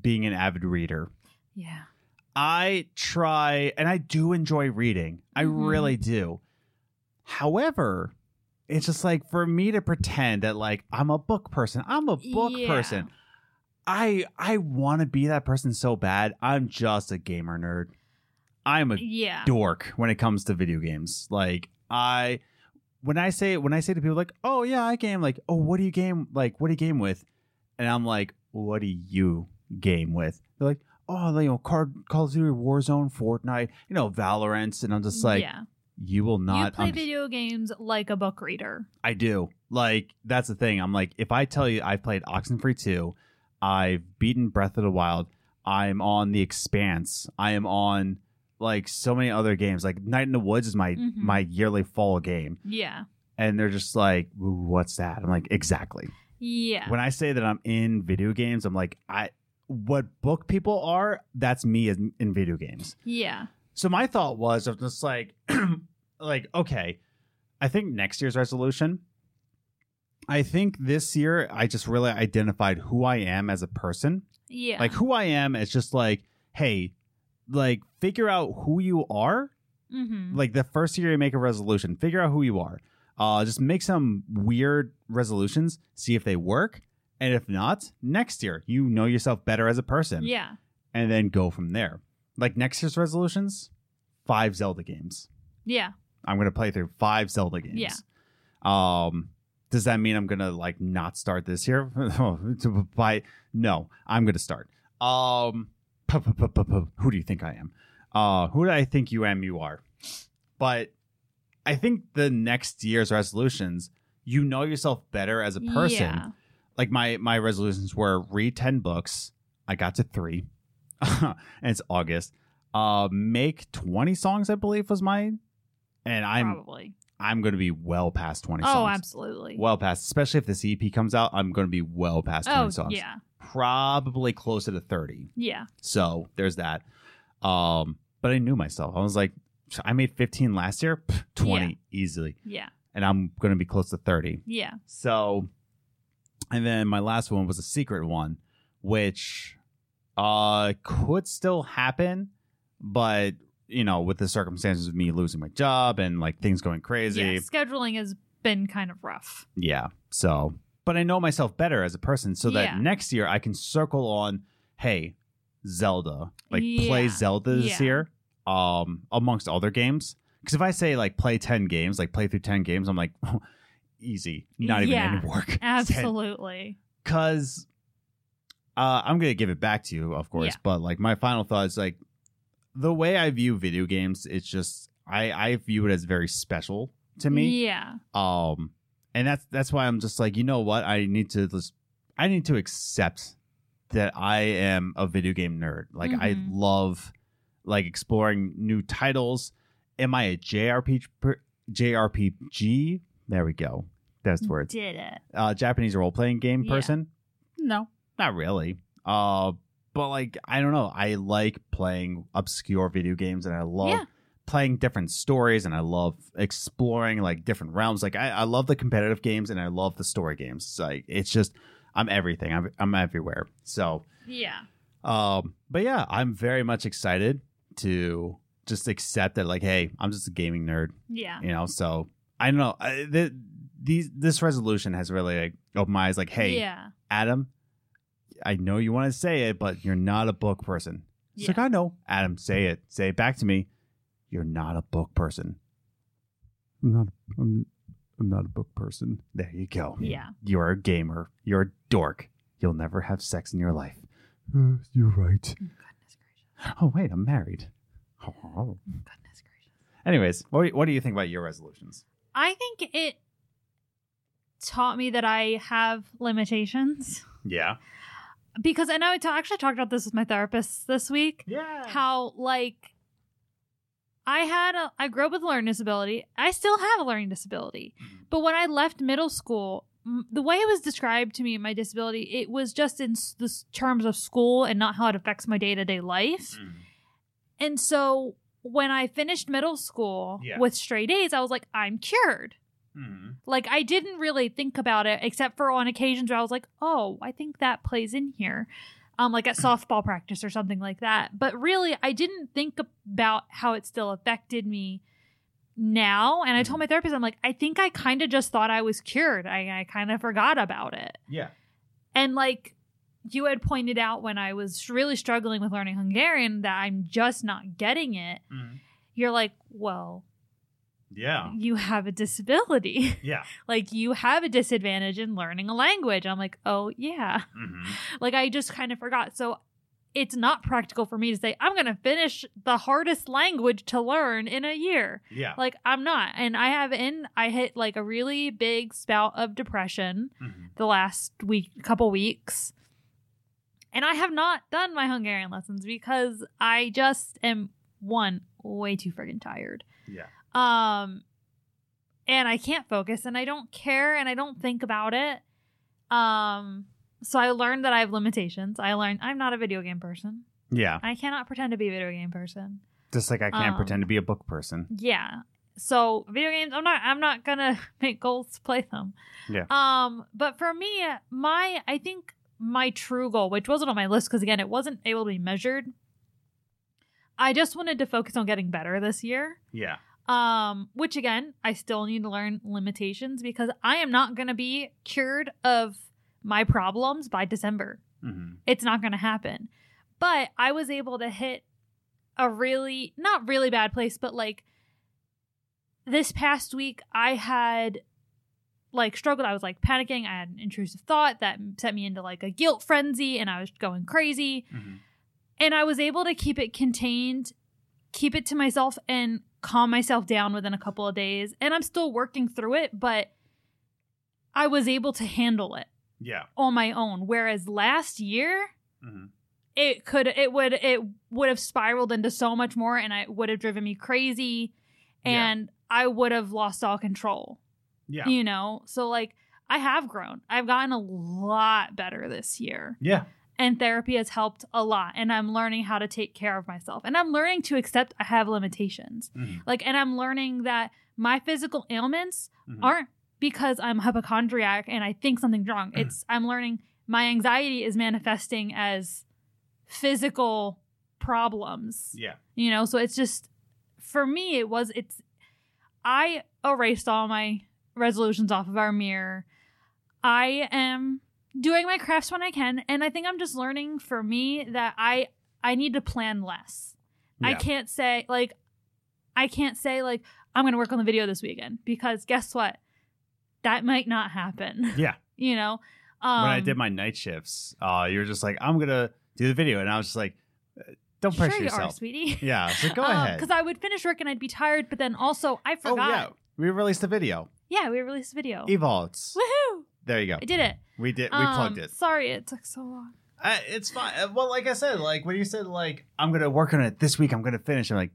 Speaker 1: being an avid reader.
Speaker 2: Yeah.
Speaker 1: I try and I do enjoy reading. I
Speaker 2: Mhm.
Speaker 1: really do. However, it's just like for me to pretend that like I'm a book person. I'm a book
Speaker 2: Yeah.
Speaker 1: person. I I want to be that person so bad. I'm just a gamer nerd. I'm a
Speaker 2: Yeah.
Speaker 1: dork when it comes to video games. Like I when I say when I say to people like, "Oh yeah, I game." Like, "Oh, what do you game? Like, what do you game with?" And I'm like, "What do you game with?" They're like, oh, you know, Card, Call of Duty Warzone, Fortnite, you know, Valorant, and I'm just like,
Speaker 2: yeah.
Speaker 1: you will
Speaker 2: you
Speaker 1: not.
Speaker 2: play
Speaker 1: under-
Speaker 2: video games like a book reader.
Speaker 1: I do. Like that's the thing. I'm like, if I tell you I've played Oxenfree two, I've beaten Breath of the Wild. I'm on The Expanse. I am on like so many other games. Like Night in the Woods is my
Speaker 2: Mhm.
Speaker 1: my yearly fall game,
Speaker 2: Yeah.
Speaker 1: and they're just like, "Ooh, what's that? I'm like, exactly.
Speaker 2: Yeah.
Speaker 1: When I say that I'm in video games, I'm like, I what book people are. That's me in, in video games.
Speaker 2: yeah.
Speaker 1: So my thought was, I'm just like, like okay, I think next year's resolution. I think this year I just really identified who I am as a person,
Speaker 2: Yeah.
Speaker 1: like who I am as just like, hey, like figure out who you are.
Speaker 2: mm-hmm.
Speaker 1: Like the first year you make a resolution, figure out who you are. Uh, just make some weird resolutions, see if they work, and if not, next year you know yourself better as a person
Speaker 2: yeah.
Speaker 1: and then go from there. Like next year's resolutions, five Zelda games.
Speaker 2: Yeah.
Speaker 1: I'm gonna play through five Zelda games.
Speaker 2: Yeah.
Speaker 1: Um, does that mean I'm gonna like not start this year? To buy- no, I'm gonna start. Um, pu- pu- pu- pu- pu- who do you think I am? Uh, who do I think you am? You are. But I think the next year's resolutions, you know yourself better as a person
Speaker 2: Yeah.
Speaker 1: like my my resolutions were read 10 books i got to three and it's august uh make 20 songs i believe was mine and i'm
Speaker 2: Probably.
Speaker 1: i'm gonna be well past 20
Speaker 2: Oh,
Speaker 1: songs
Speaker 2: absolutely.
Speaker 1: well past especially if this ep comes out i'm gonna be well past 20
Speaker 2: oh,
Speaker 1: songs
Speaker 2: yeah.
Speaker 1: probably closer to 30
Speaker 2: Yeah.
Speaker 1: so there's that um but i knew myself i was like i made 15 last year pff, 20 easily
Speaker 2: Yeah.
Speaker 1: and i'm gonna be close to 30
Speaker 2: Yeah.
Speaker 1: so, and then my last one was a secret one, which uh could still happen, but you know, with the circumstances of me losing my job and like things going crazy,
Speaker 2: Yeah. Scheduling has been kind of rough.
Speaker 1: yeah. So, but I know myself better as a person, so that
Speaker 2: Yeah.
Speaker 1: next year I can circle on, hey, Zelda, like play
Speaker 2: Yeah.
Speaker 1: Zelda this
Speaker 2: Yeah.
Speaker 1: year, um, amongst other games. Because if I say like play ten games, like play through ten games, I'm like, easy, not even
Speaker 2: Yeah.
Speaker 1: any work. 10
Speaker 2: Absolutely.
Speaker 1: because uh, I'm gonna give it back to you, of course.
Speaker 2: Yeah.
Speaker 1: But like my final thought is like the way I view video games, it's just I I view it as very special to me.
Speaker 2: Yeah.
Speaker 1: Um, and that's that's why I'm just like you know what I need to just I need to accept that I am a video game nerd. Like I
Speaker 2: Mhm.
Speaker 1: love like exploring new titles. Am I a JRPG? per- JRPG? There we go. That's the word
Speaker 2: Did it.
Speaker 1: uh, Japanese role playing game
Speaker 2: Mm. Yeah.
Speaker 1: person? No, not really. Uh, but like I don't know. I like playing obscure video games, and I love
Speaker 2: Yeah.
Speaker 1: playing different stories, and I love exploring like different realms. Like I, I love the competitive games, and I love the story games. It's like it's just I'm everything. I'm I'm everywhere. So,
Speaker 2: Yeah.
Speaker 1: um, but yeah, I'm very much excited to just accept that. Like, hey, I'm just a gaming nerd
Speaker 2: Yeah.
Speaker 1: you know so i don't know I, the, these this resolution has really like opened my eyes like hey
Speaker 2: Yeah.
Speaker 1: adam i know you want to say it but you're not a book person it's
Speaker 2: Yeah.
Speaker 1: like i know adam say it say it back to me you're not a book person i'm not i'm, I'm not a book person there you go
Speaker 2: Yeah.
Speaker 1: you're a gamer you're a dork you'll never have sex in your life Uh, you're right
Speaker 2: Mm, Goodness gracious. Mm,
Speaker 1: oh wait i'm married Oh.
Speaker 2: Goodness gracious.
Speaker 1: anyways what, do you- what do you think about your resolutions
Speaker 2: I think it taught me that I have limitations
Speaker 1: yeah
Speaker 2: because and I know I actually talked about this with my therapist this week.
Speaker 1: yeah
Speaker 2: How like I had a I grew up with a learning disability. I still have a learning disability,
Speaker 1: Mhm.
Speaker 2: but when I left middle school, m- the way it was described to me my disability, it was just in s- the s- terms of school and not how it affects my day to day life.
Speaker 1: Mm-hmm.
Speaker 2: And so when I finished middle school
Speaker 1: Yeah.
Speaker 2: with straight A's, I was like, I'm cured.
Speaker 1: Mm-hmm.
Speaker 2: Like I didn't really think about it except for on occasions where I was like, "Oh, I think that plays in here." Um like at softball practice or something like that. But really, I didn't think about how it still affected me now. And I told my therapist I'm like, "I think I kind of just thought I was cured. I I kind of forgot about it."
Speaker 1: Yeah.
Speaker 2: And like you had pointed out when I was really struggling with learning Hungarian that I'm just not getting it. You're like, "Well,
Speaker 1: Mm-hmm. Yeah.
Speaker 2: you have a disability."
Speaker 1: Yeah.
Speaker 2: like you have a
Speaker 1: Mm-hmm.
Speaker 2: disadvantage in learning a language. I'm like, oh yeah. Like I just kind of forgot. So it's not practical for me to say I'm going to finish the hardest language to learn in a year.
Speaker 1: Yeah.
Speaker 2: Like I'm not. And I have in I hit like a really big spout of depression
Speaker 1: Mhm.
Speaker 2: the last week couple weeks. And I have not done my Hungarian lessons because I just am one way too friggin' tired.
Speaker 1: Yeah.
Speaker 2: Um and I can't focus and I don't care and I don't think about it. Um so I learned that I have limitations. I learned I'm not a video game person.
Speaker 1: Yeah.
Speaker 2: I cannot pretend to be a video game person.
Speaker 1: Just like I can't
Speaker 2: Um,
Speaker 1: pretend to be a book person.
Speaker 2: Yeah. So video games, I'm not I'm not gonna make goals to play them.
Speaker 1: Yeah.
Speaker 2: Um, but for me, my I think my true goal, which wasn't on my list because again, it wasn't able to be measured. I just wanted to focus on getting better this year.
Speaker 1: Yeah.
Speaker 2: Um, which again, I still need to learn limitations because I am not gonna be cured of my problems by December
Speaker 1: hmm
Speaker 2: it's not going to happen. But I was able to hit a really, not really bad place, but like this past week, I had like struggled. I was like panicking. I had an intrusive thought that set me into like a guilt frenzy and I was going crazy.
Speaker 1: hmm
Speaker 2: And I was able to keep it contained, keep it to myself, and calm myself down within a couple of days. And I'm still working through it, but I was able to handle it
Speaker 1: Yeah.
Speaker 2: on my own. Whereas last year,
Speaker 1: hmm
Speaker 2: it could it would it would have spiraled into so much more and it would have driven me crazy
Speaker 1: Yeah.
Speaker 2: and i would have lost all control
Speaker 1: Yeah.
Speaker 2: you know so like i have grown i've gotten a lot better this year
Speaker 1: Yeah.
Speaker 2: and therapy has helped a lot and i'm learning how to take care of myself and i'm learning to accept i have limitations
Speaker 1: Mhm.
Speaker 2: like and i'm learning that my physical ailments
Speaker 1: Mhm.
Speaker 2: aren't because i'm hypochondriac and i think something's wrong it's i'm learning my anxiety is manifesting as physical problems
Speaker 1: Yeah.
Speaker 2: you know so it's just for me it was it's i erased all my resolutions off of our mirror i am doing my crafts when i can and i think i'm just learning for me that i i need to plan less i
Speaker 1: Yeah.
Speaker 2: can't say like i can't say like i'm gonna work on the video this weekend because guess what that might not happen
Speaker 1: Yeah.
Speaker 2: you know um
Speaker 1: when I did my night shifts, uh, you were just like, I'm gonna do the video, and I was just like, uh, don't
Speaker 2: sure
Speaker 1: pressure
Speaker 2: you are
Speaker 1: yourself.
Speaker 2: sweetie
Speaker 1: Yeah, so go ahead.
Speaker 2: because i would finish work and i'd be tired but then also i
Speaker 1: oh
Speaker 2: forgot
Speaker 1: yeah, we released a video.
Speaker 2: Yeah, we released a video.
Speaker 1: Evolves.
Speaker 2: Woohoo!
Speaker 1: There you go.
Speaker 2: I did it.
Speaker 1: We did. We
Speaker 2: Um,
Speaker 1: plugged it.
Speaker 2: Sorry, it took so long.
Speaker 1: Uh, it's fine. Uh, Well, like I said, like when you said like I'm gonna work on it this week, I'm gonna finish. I'm like,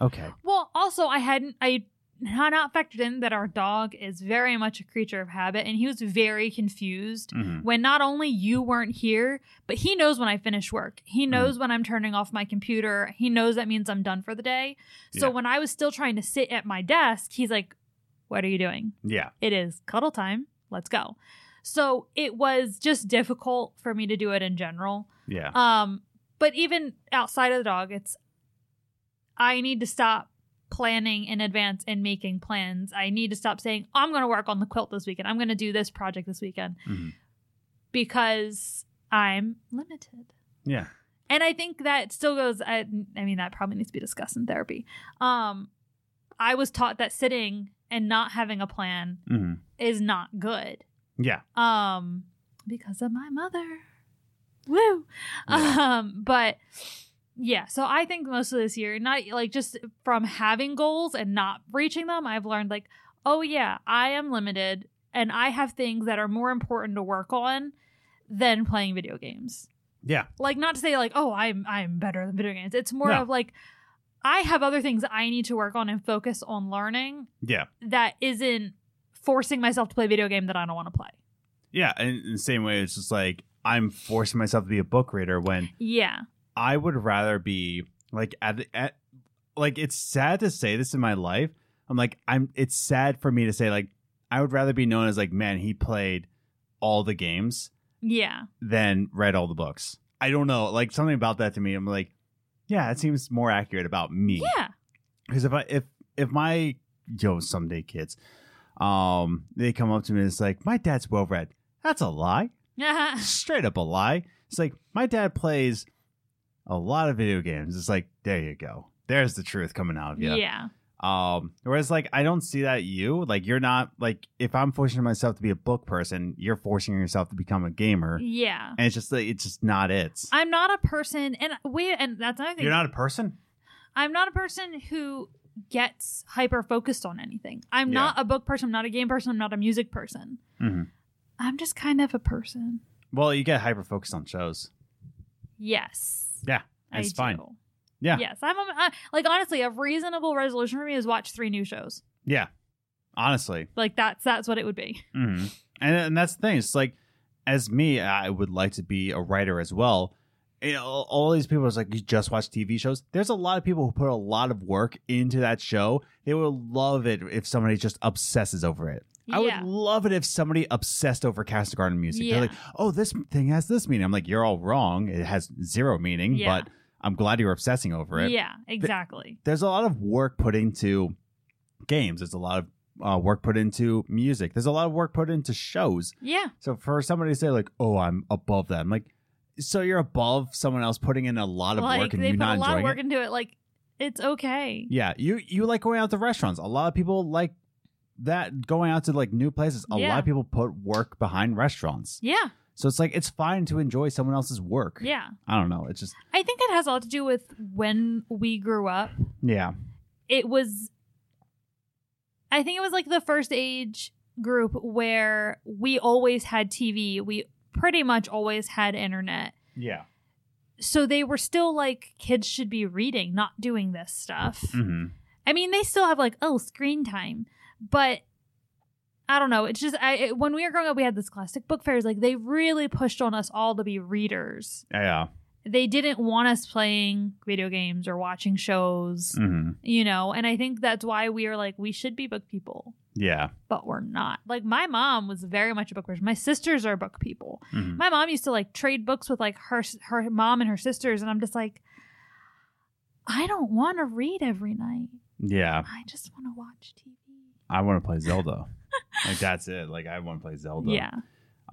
Speaker 1: okay,
Speaker 2: Well, also I hadn't I had not factored in that our dog is very much a creature of habit, and he was very confused
Speaker 1: Mhm.
Speaker 2: when not only you weren't here, but he knows when I finish work. He knows when I'm turning off my computer. He knows that means I'm done for the day. So
Speaker 1: Yeah.
Speaker 2: when I was still trying to sit at my desk, he's like, "What are you doing?"
Speaker 1: yeah,
Speaker 2: it is cuddle time. Let's go. So it was just difficult for me to do it in general.
Speaker 1: yeah,
Speaker 2: Um, but even outside of the dog, it's I need to stop planning in advance and making plans. I need to stop saying, I'm gonna work on the quilt this weekend. I'm gonna do this project this weekend
Speaker 1: Mhm.
Speaker 2: because I'm limited.
Speaker 1: yeah,
Speaker 2: And I think that still goes I, I mean that probably needs to be discussed in therapy. Um I was taught that sitting and not having a plan
Speaker 1: hmm
Speaker 2: is not good
Speaker 1: yeah,
Speaker 2: um because of my mother woo um but yeah so i think most of this year not like just from having goals and not reaching them i've learned like oh yeah i am limited and i have things that are more important to work on than playing video games
Speaker 1: yeah,
Speaker 2: like not to say like oh i'm i'm better than video games it's more
Speaker 1: No.
Speaker 2: of like i have other things i need to work on and focus on learning
Speaker 1: yeah,
Speaker 2: that isn't forcing myself to play a video game that i don't want to play
Speaker 1: yeah. And in the same way, it's just like I'm forcing myself to be a book reader when
Speaker 2: yeah
Speaker 1: I would rather be like at, at like it's sad to say this in my life. I'm like I'm it's sad for me to say like I would rather be known as like man he played all the games
Speaker 2: Yeah.
Speaker 1: than read all the books. I don't know, like something about that to me. I'm like yeah, it seems more accurate about me.
Speaker 2: Yeah.
Speaker 1: Cuz if I if if my yo someday kids um they come up to me and it's like my dad's well read. That's a lie
Speaker 2: Yeah.
Speaker 1: straight up a lie. It's like my dad plays a lot of video games. It's like there you go. There's the truth coming out of you.
Speaker 2: yeah.
Speaker 1: Um, whereas like I don't see that you like you're not like if I'm forcing myself to be a book person, you're forcing yourself to become a gamer,
Speaker 2: Yeah.
Speaker 1: and it's just like it's just not it.
Speaker 2: I'm not a person, and we, and that's another thing.
Speaker 1: You're not a person.
Speaker 2: I'm not a person who gets hyper focused on anything. I'm
Speaker 1: Yeah.
Speaker 2: not a book person. I'm not a game person. I'm not a music person.
Speaker 1: Mhm.
Speaker 2: I'm just kind of a person.
Speaker 1: Well, you get hyper focused on shows.
Speaker 2: Yes.
Speaker 1: Yeah, that's
Speaker 2: I
Speaker 1: fine.
Speaker 2: do.
Speaker 1: Yeah.
Speaker 2: Yes, I'm a, I, like honestly a reasonable resolution for me is watch three new shows.
Speaker 1: Yeah, honestly,
Speaker 2: Like that's that's what it would be.
Speaker 1: hmm and and that's the thing. It's like as me, I would like to be a writer as well. You know, all- all these people is like you just watch TV shows. There's a lot of people who put a lot of work into that show. They would love it if somebody just obsesses over it. I
Speaker 2: yeah.
Speaker 1: would love it if somebody obsessed over Castle Garden music.
Speaker 2: Yeah.
Speaker 1: They're like, oh, this thing has this meaning. I'm like, you're all wrong. It has zero meaning,
Speaker 2: Yeah.
Speaker 1: but I'm glad you're obsessing over it.
Speaker 2: Yeah, exactly.
Speaker 1: There's a lot of work put into games, there's a lot of uh, work put into music, there's a lot of work put into shows.
Speaker 2: yeah.
Speaker 1: So for somebody to say, like, oh, I'm above that, I'm like, so you're above someone else putting in a lot of
Speaker 2: Like
Speaker 1: work and
Speaker 2: they
Speaker 1: you
Speaker 2: put
Speaker 1: not
Speaker 2: a lot of
Speaker 1: enjoying
Speaker 2: work
Speaker 1: it.
Speaker 2: into it. Like it's okay.
Speaker 1: Yeah, you you like going out to restaurants. A lot of people like that going out to like new places. A lot
Speaker 2: Yeah.
Speaker 1: of people put work behind restaurants.
Speaker 2: Yeah.
Speaker 1: So it's like it's fine to enjoy someone else's work.
Speaker 2: Yeah.
Speaker 1: I don't know. It's just
Speaker 2: I think it has a lot to do with when we grew up.
Speaker 1: yeah.
Speaker 2: It was I think it was like the first age group where we always had TV. We pretty much always had internet.
Speaker 1: Yeah.
Speaker 2: so they were still like kids should be reading not doing this stuff
Speaker 1: hmm
Speaker 2: i mean they still have like oh screen time but i don't know it's just I, it- when we were growing up we had this classic book fairs like they really pushed on us all to be readers
Speaker 1: Yeah.
Speaker 2: they didn't want us playing video games or watching shows
Speaker 1: hmm
Speaker 2: you know and i think that's why we are like we should be book people
Speaker 1: Yeah.
Speaker 2: but we're not like my mom was very much a book person my sisters are book people
Speaker 1: Mhm.
Speaker 2: my mom used to like trade books with like her her mom and her sisters and i'm just like i don't want to read every night
Speaker 1: Yeah.
Speaker 2: i just want to watch tv
Speaker 1: I want to play Zelda. like that's it. Like I want to play Zelda.
Speaker 2: yeah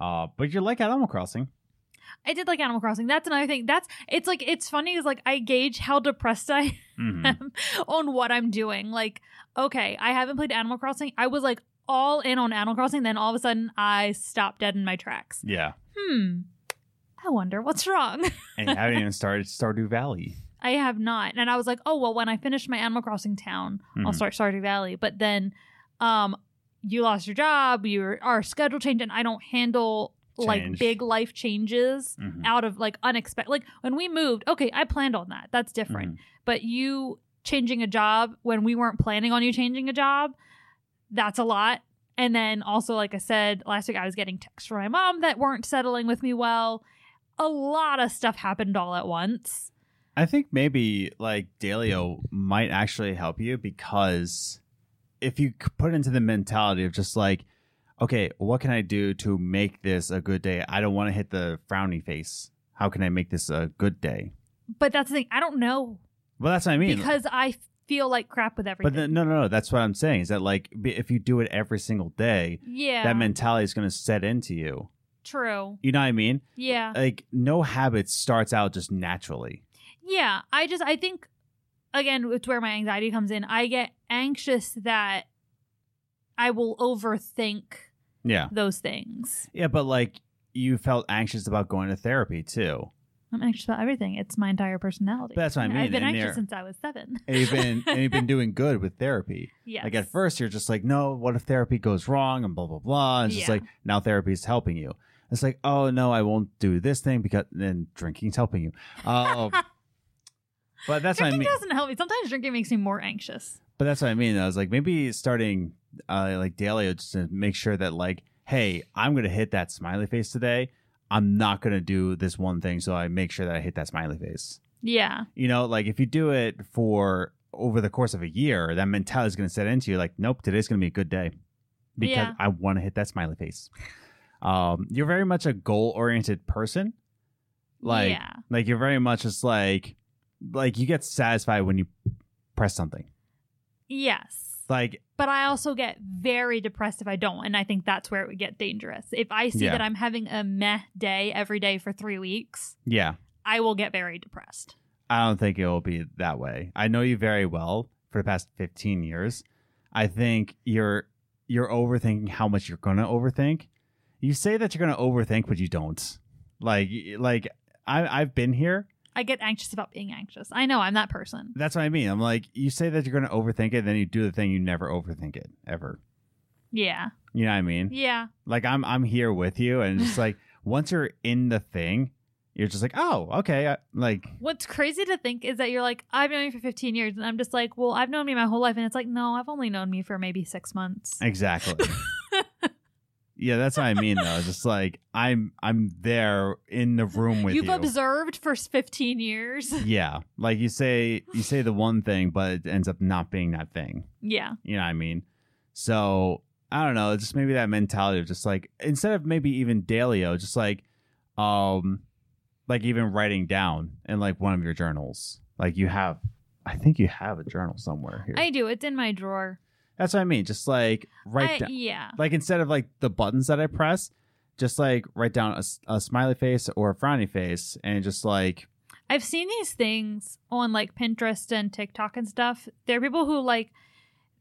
Speaker 1: Uh, but you're like Animal Crossing.
Speaker 2: i did like animal crossing that's another thing that's it's like it's funny is like i gauge how depressed i
Speaker 1: hmm
Speaker 2: am on what i'm doing like okay i haven't played animal crossing i was like all in on animal crossing then all of a sudden i stopped dead in my tracks
Speaker 1: yeah.
Speaker 2: hmm i wonder what's wrong
Speaker 1: And you haven't even started Stardew Valley.
Speaker 2: I have not. And I was like, oh well, when I finish my Animal Crossing town, I'll
Speaker 1: Mhm.
Speaker 2: start Stardew Valley. But then, um, you lost your job, your our schedule changed, and I don't handle like
Speaker 1: Change.
Speaker 2: big life changes
Speaker 1: Mhm.
Speaker 2: out of like unexpected. Like when we moved, okay, I planned on that. That's different.
Speaker 1: Mhm.
Speaker 2: But you changing a job when we weren't planning on you changing a job, that's a lot. And then also, like I said last week, I was getting texts from my mom that weren't settling with me well. A lot of stuff happened all at once.
Speaker 1: I think maybe like Dalio might actually help you because if you c- put into the mentality of just like, okay, what can I do to make this a good day? I don't want to hit the frowny face. How can I make this a good day?
Speaker 2: But that's the thing. I don't know
Speaker 1: Well, that's what I mean.
Speaker 2: because I feel like crap with everything.
Speaker 1: but then, no, no, no. That's what I'm saying is that like b- if you do it every single day,
Speaker 2: yeah,
Speaker 1: that mentality is going to set into you.
Speaker 2: true.
Speaker 1: You know what I mean?
Speaker 2: Yeah,
Speaker 1: Like no habit starts out just naturally.
Speaker 2: yeah. I just I think again, it's where my anxiety comes in. I get anxious that I will overthink
Speaker 1: Yeah.
Speaker 2: those things.
Speaker 1: Yeah. But like you felt anxious about going to therapy too.
Speaker 2: I'm anxious about everything. It's my entire personality.
Speaker 1: But that's what I mean,
Speaker 2: I've been
Speaker 1: and there-
Speaker 2: anxious since I was seven.
Speaker 1: and you've been and you've been doing good with therapy.
Speaker 2: Yes.
Speaker 1: Like at first you're just like, no, what if therapy goes wrong and blah blah blah. It's just
Speaker 2: Yeah.
Speaker 1: like now therapy is helping you. It's like, oh no, I won't do this thing because then drinking's helping you. Oh, but that's what I
Speaker 2: drinking
Speaker 1: mean.
Speaker 2: doesn't help me. Sometimes drinking makes me more anxious.
Speaker 1: But that's what I mean. I was like, maybe starting uh, like daily just to make sure that like, hey, I'm gonna hit that smiley face today. I'm not gonna do this one thing, so I make sure that I hit that smiley face.
Speaker 2: Yeah,
Speaker 1: You know, like if you do it for over the course of a year, that mentality is going to set into you like, nope, today's going to be a good day because
Speaker 2: Yeah.
Speaker 1: I want to hit that smiley face. Um, you're very much a goal oriented person. Like,
Speaker 2: yeah,
Speaker 1: like you're very much just like, like you get satisfied when you press something.
Speaker 2: yes.
Speaker 1: Like,
Speaker 2: but I also get very depressed if I don't. And I think that's where it would get dangerous. If I see
Speaker 1: Yeah.
Speaker 2: that I'm having a meh day every day for three weeks,
Speaker 1: yeah,
Speaker 2: I will get very depressed.
Speaker 1: I don't think it will be that way. I know you very well. for the past 15 years. I think you're you're overthinking how much you're going to overthink. You say that you're going to overthink but you don't. Like like I I've been here.
Speaker 2: I get anxious about being anxious. I know I'm that person.
Speaker 1: That's what I mean. I'm like you say that you're going to overthink it then you do the thing you never overthink it ever.
Speaker 2: Yeah.
Speaker 1: You know what I mean?
Speaker 2: Yeah.
Speaker 1: Like I'm I'm here with you and it's like once you're in the thing, you're just like, "Oh, okay." I, like
Speaker 2: What's crazy to think is that you're like, I've known you for 15 years. And I'm just like, well, I've known me my whole life. And it's like, no, I've only known me for maybe six months.
Speaker 1: Exactly. yeah, that's what I mean though. It's just like I'm I'm there in the room with
Speaker 2: You've
Speaker 1: you.
Speaker 2: observed for 15 years.
Speaker 1: yeah. Like you say you say the one thing but it ends up not being that thing.
Speaker 2: yeah.
Speaker 1: You know what I mean? So, I don't know, just maybe that mentality of just like instead of maybe even dailyo, just like um like even writing down in like one of your journals. Like you have I think you have a journal somewhere here.
Speaker 2: I do. It's in my drawer.
Speaker 1: that's what I mean. Just like write
Speaker 2: I-
Speaker 1: down
Speaker 2: Yeah.
Speaker 1: like instead of like the buttons that I press, just like write down a, s- a smiley face or a frowny face, and just like
Speaker 2: I've seen these things on like Pinterest and TikTok and stuff. There are people who like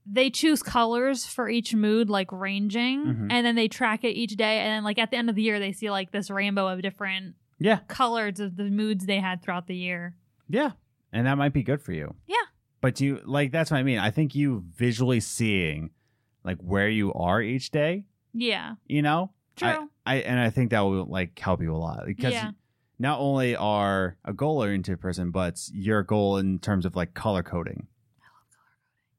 Speaker 2: they choose colors for each mood, like ranging,
Speaker 1: Mhm.
Speaker 2: and then they track it each day. And then, like at the end of the year, they see like this rainbow of different
Speaker 1: Yeah.
Speaker 2: colors of the moods they had throughout the year.
Speaker 1: yeah, and that might be good for you.
Speaker 2: Yeah.
Speaker 1: but you like that's what I mean. I think you visually seeing like where you are each day,
Speaker 2: Yeah,
Speaker 1: you know.
Speaker 2: true.
Speaker 1: I and I think that will like help you a lot because
Speaker 2: Yeah.
Speaker 1: not only are a goal oriented person, but your goal in terms of like color coding.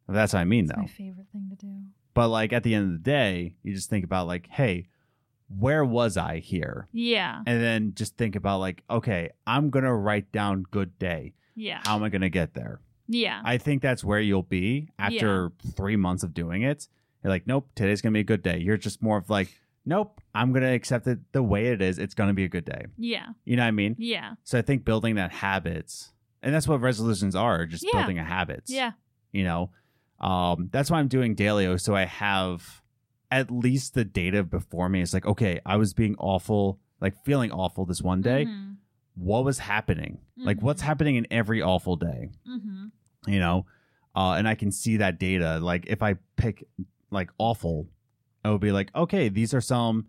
Speaker 1: That's what I mean,
Speaker 2: it's
Speaker 1: though.
Speaker 2: my favorite thing to do.
Speaker 1: But like at the end of the day, you just think about like, hey, where was I here?
Speaker 2: Yeah,
Speaker 1: And then just think about like, okay, I'm gonna write down good day.
Speaker 2: yeah,
Speaker 1: How am I gonna get there?
Speaker 2: yeah,
Speaker 1: I think that's where you'll be after three months of doing it. You're like, nope, today's gonna be a good day. You're just more of like, nope, I'm gonna accept it the way it is. It's gonna be a good day.
Speaker 2: yeah,
Speaker 1: You know what I mean?
Speaker 2: yeah,
Speaker 1: So I think building that habit, and that's what resolutions are, just
Speaker 2: Yeah.
Speaker 1: building a habit
Speaker 2: yeah.
Speaker 1: you know um that's why i'm doing dailyo so i have at least the data before me it's like okay i was being awful like feeling awful this one day
Speaker 2: Mhm,
Speaker 1: what was happening like
Speaker 2: Mhm.
Speaker 1: what's happening in every awful day
Speaker 2: mhm.
Speaker 1: you know uh and i can see that data like if i pick like awful it would be like okay these are some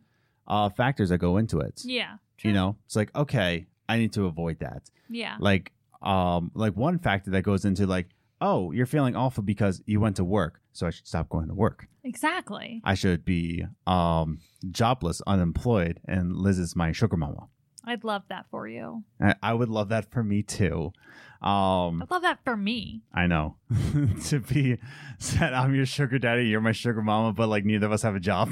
Speaker 1: uh factors that go into it
Speaker 2: yeah, true.
Speaker 1: you know it's like okay i need to avoid that
Speaker 2: yeah,
Speaker 1: like um like one factor that goes into like oh you're feeling awful because you went to work so i should stop going to work
Speaker 2: exactly.
Speaker 1: i should be um jobless unemployed and liz is my sugar mama
Speaker 2: I'd love that for you.
Speaker 1: I- i would love that for me too um
Speaker 2: I'd love that for me.
Speaker 1: i know to be said i'm your sugar daddy you're my sugar mama but like neither of us have a job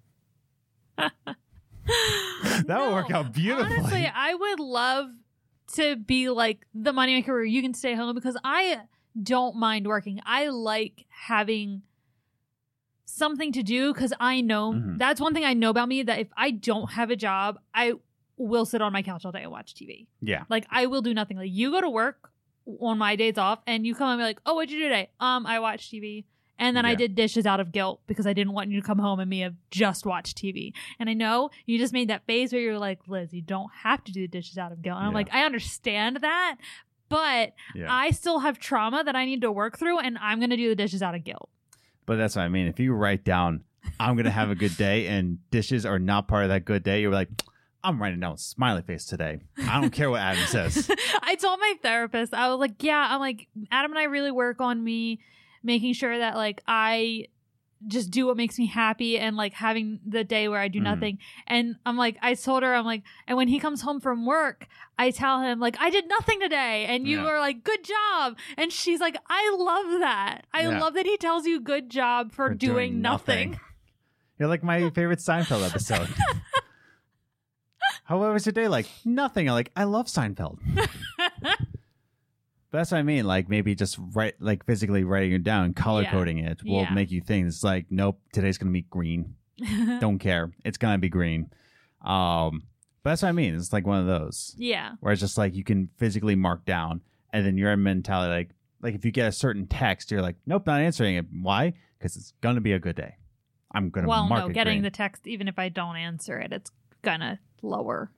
Speaker 2: that
Speaker 1: would work out beautifully.
Speaker 2: Honestly, I would love to be like the moneymaker where you can stay home because I don't mind working. I like having something to do because I know
Speaker 1: Mhm.
Speaker 2: that's one thing I know about me that if I don't have a job, I will sit on my couch all day and watch TV.
Speaker 1: yeah
Speaker 2: Like I will do nothing. Like you go to work on my days off and you come and be like, "Oh, what'd you do today?" Um, I watched TV. And then I
Speaker 1: Yeah.
Speaker 2: did dishes out of guilt because I didn't want you to come home and me have just watched TV. And I know you just made that face where you're like, Liz, you don't have to do the dishes out of guilt. And I'm
Speaker 1: Yeah.
Speaker 2: like, I understand that, but
Speaker 1: yeah
Speaker 2: I still have trauma that I need to work through, and I'm going to do the dishes out of guilt.
Speaker 1: but that's what i mean if you write down i'm gonna have a good day and dishes are not part of that good day you're like i'm writing down smiley face today i don't care what adam says
Speaker 2: I told my therapist, I was like, yeah, I'm like, Adam and I really work on me making sure that like I just do what makes me happy and like having the day where I do
Speaker 1: Mhm.
Speaker 2: nothing. And I'm like, I told her, I'm like, and when he comes home from work, I tell him, like, I did nothing today. And you
Speaker 1: Yeah.
Speaker 2: were like, good job. And she's like, I love that. I
Speaker 1: Yeah.
Speaker 2: love that he tells you good job for,
Speaker 1: for
Speaker 2: doing, nothing.
Speaker 1: You're like my favorite Seinfeld episode. How was your day? Like nothing. I'm like I love Seinfeld. But that's what I mean. Like maybe just write, like physically writing it down, color
Speaker 2: Yeah.
Speaker 1: coding it will
Speaker 2: Yeah.
Speaker 1: make you think. It's like nope, today's gonna be green. Don't care. It's gonna be green. Um, but that's what I mean. It's like one of those
Speaker 2: yeah.
Speaker 1: where it's just like you can physically mark down, and then your mentality like like if you get a certain text, you're like nope, not answering it. Why? Because it's gonna be a good day. I'm gonna
Speaker 2: Well,
Speaker 1: mark
Speaker 2: no,
Speaker 1: it
Speaker 2: getting
Speaker 1: green.
Speaker 2: the text, even if I don't answer it, it's gonna lower.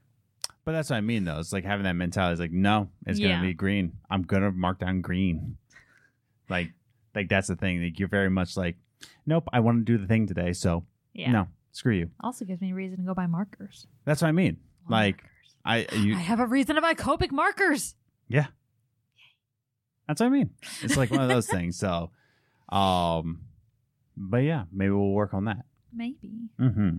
Speaker 1: But that's what I mean, though. It's like having that mentality. It's like, no, it's
Speaker 2: Yeah.
Speaker 1: gonna be green. I'm gonna mark down green. Like, like that's the thing. Like, you're very much like, nope, I want to do the thing today, so
Speaker 2: Yeah.
Speaker 1: no, screw you.
Speaker 2: Also gives me reason to go buy markers.
Speaker 1: That's what I mean.
Speaker 2: Love
Speaker 1: Like,
Speaker 2: markers.
Speaker 1: I you.
Speaker 2: I have a reason to buy Copic markers.
Speaker 1: that's what I mean. It's like one of those things. So, um, but yeah, maybe we'll work on that.
Speaker 2: Maybe.
Speaker 1: Mm-hmm.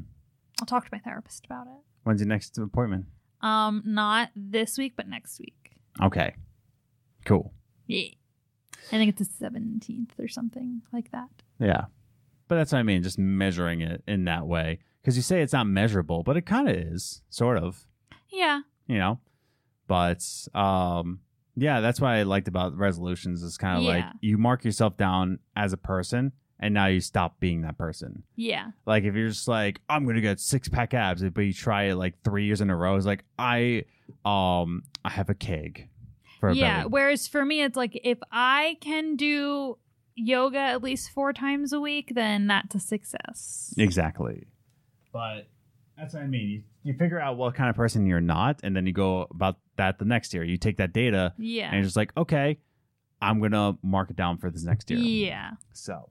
Speaker 2: I'll talk to my therapist about it.
Speaker 1: When's your next appointment?
Speaker 2: Um, not this week, but next week.
Speaker 1: Okay, cool.
Speaker 2: Yeah. I think it's the 17th or something like that.
Speaker 1: Yeah. But that's what I mean, just measuring it in that way. Because you say it's not measurable, but it kind of is, sort of,
Speaker 2: Yeah.
Speaker 1: you know? But um, yeah, that's what I liked about resolutions is kind of like
Speaker 2: Yeah.
Speaker 1: you mark yourself down as a person and now you stop being that person.
Speaker 2: Yeah.
Speaker 1: Like if you're just like, I'm gonna get six pack abs, but you try it like three years in a row, it's like I um I have a keg for a
Speaker 2: yeah.
Speaker 1: belly.
Speaker 2: Whereas for me, it's like if I can do yoga at least four times a week, then that's a success.
Speaker 1: Exactly. But that's what I mean. You, you figure out what kind of person you're not, and then you go about that the next year. You take that data and
Speaker 2: Yeah.
Speaker 1: you're just like, okay, I'm gonna mark it down for this next year.
Speaker 2: Yeah.
Speaker 1: So,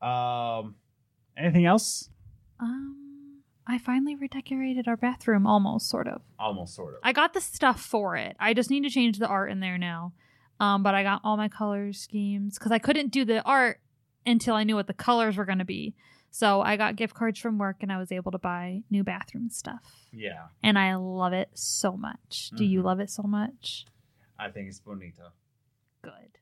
Speaker 1: um, anything else?
Speaker 2: Um, I finally redecorated our bathroom almost, sort of.
Speaker 1: Almost, sort of.
Speaker 2: I got the stuff for it. I just need to change the art in there now. Um, but I got all my color schemes because I couldn't do the art until I knew what the colors were going to be. So I got gift cards from work and I was able to buy new bathroom stuff.
Speaker 1: yeah,
Speaker 2: And I love it so much. Do you
Speaker 1: Mhm.
Speaker 2: love it so much?
Speaker 1: I think it's bonita
Speaker 2: Good.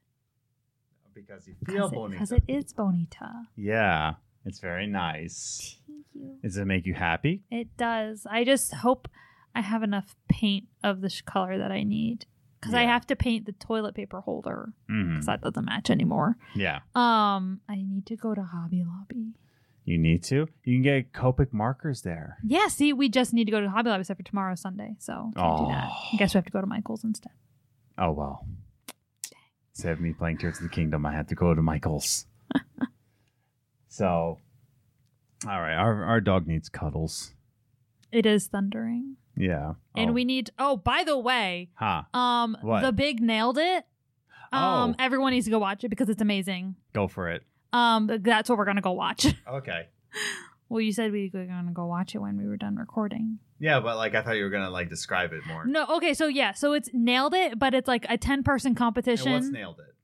Speaker 1: because you
Speaker 2: Because it is bonita.
Speaker 1: Yeah, it's very nice.
Speaker 2: Thank you.
Speaker 1: Does it make you happy?
Speaker 2: It does. I just hope I have enough paint of the sh- color that I need because I
Speaker 1: Yeah.
Speaker 2: have to paint the toilet paper holder
Speaker 1: Mhm.
Speaker 2: because that doesn't match anymore.
Speaker 1: Mm-hmm. Yeah,
Speaker 2: Um, I need to go to Hobby Lobby.
Speaker 1: you need to. You can get Copic markers there.
Speaker 2: Yeah, see, we just need to go to Hobby Lobby except for tomorrow Sunday, so can't do that.
Speaker 1: Oh.
Speaker 2: I guess we have to go to Michael's instead.
Speaker 1: Oh well. Instead of me playing Tears of the Kingdom, I had to go to Michael's. so, all right, our our dog needs cuddles.
Speaker 2: It is thundering,
Speaker 1: Yeah,
Speaker 2: and
Speaker 1: Oh,
Speaker 2: we need. Oh, by the way,
Speaker 1: ha
Speaker 2: um,
Speaker 1: What?
Speaker 2: the big nailed it. Um,
Speaker 1: Oh.
Speaker 2: everyone needs to go watch it because it's amazing.
Speaker 1: go for it.
Speaker 2: Um, that's what we're gonna go watch.
Speaker 1: Okay.
Speaker 2: well, you said we were gonna go watch it when we were done recording.
Speaker 1: Yeah, but like I thought you were gonna like describe it more.
Speaker 2: No, okay, so yeah, so it's nailed it, but it's like a ten person competition.
Speaker 1: nailed it?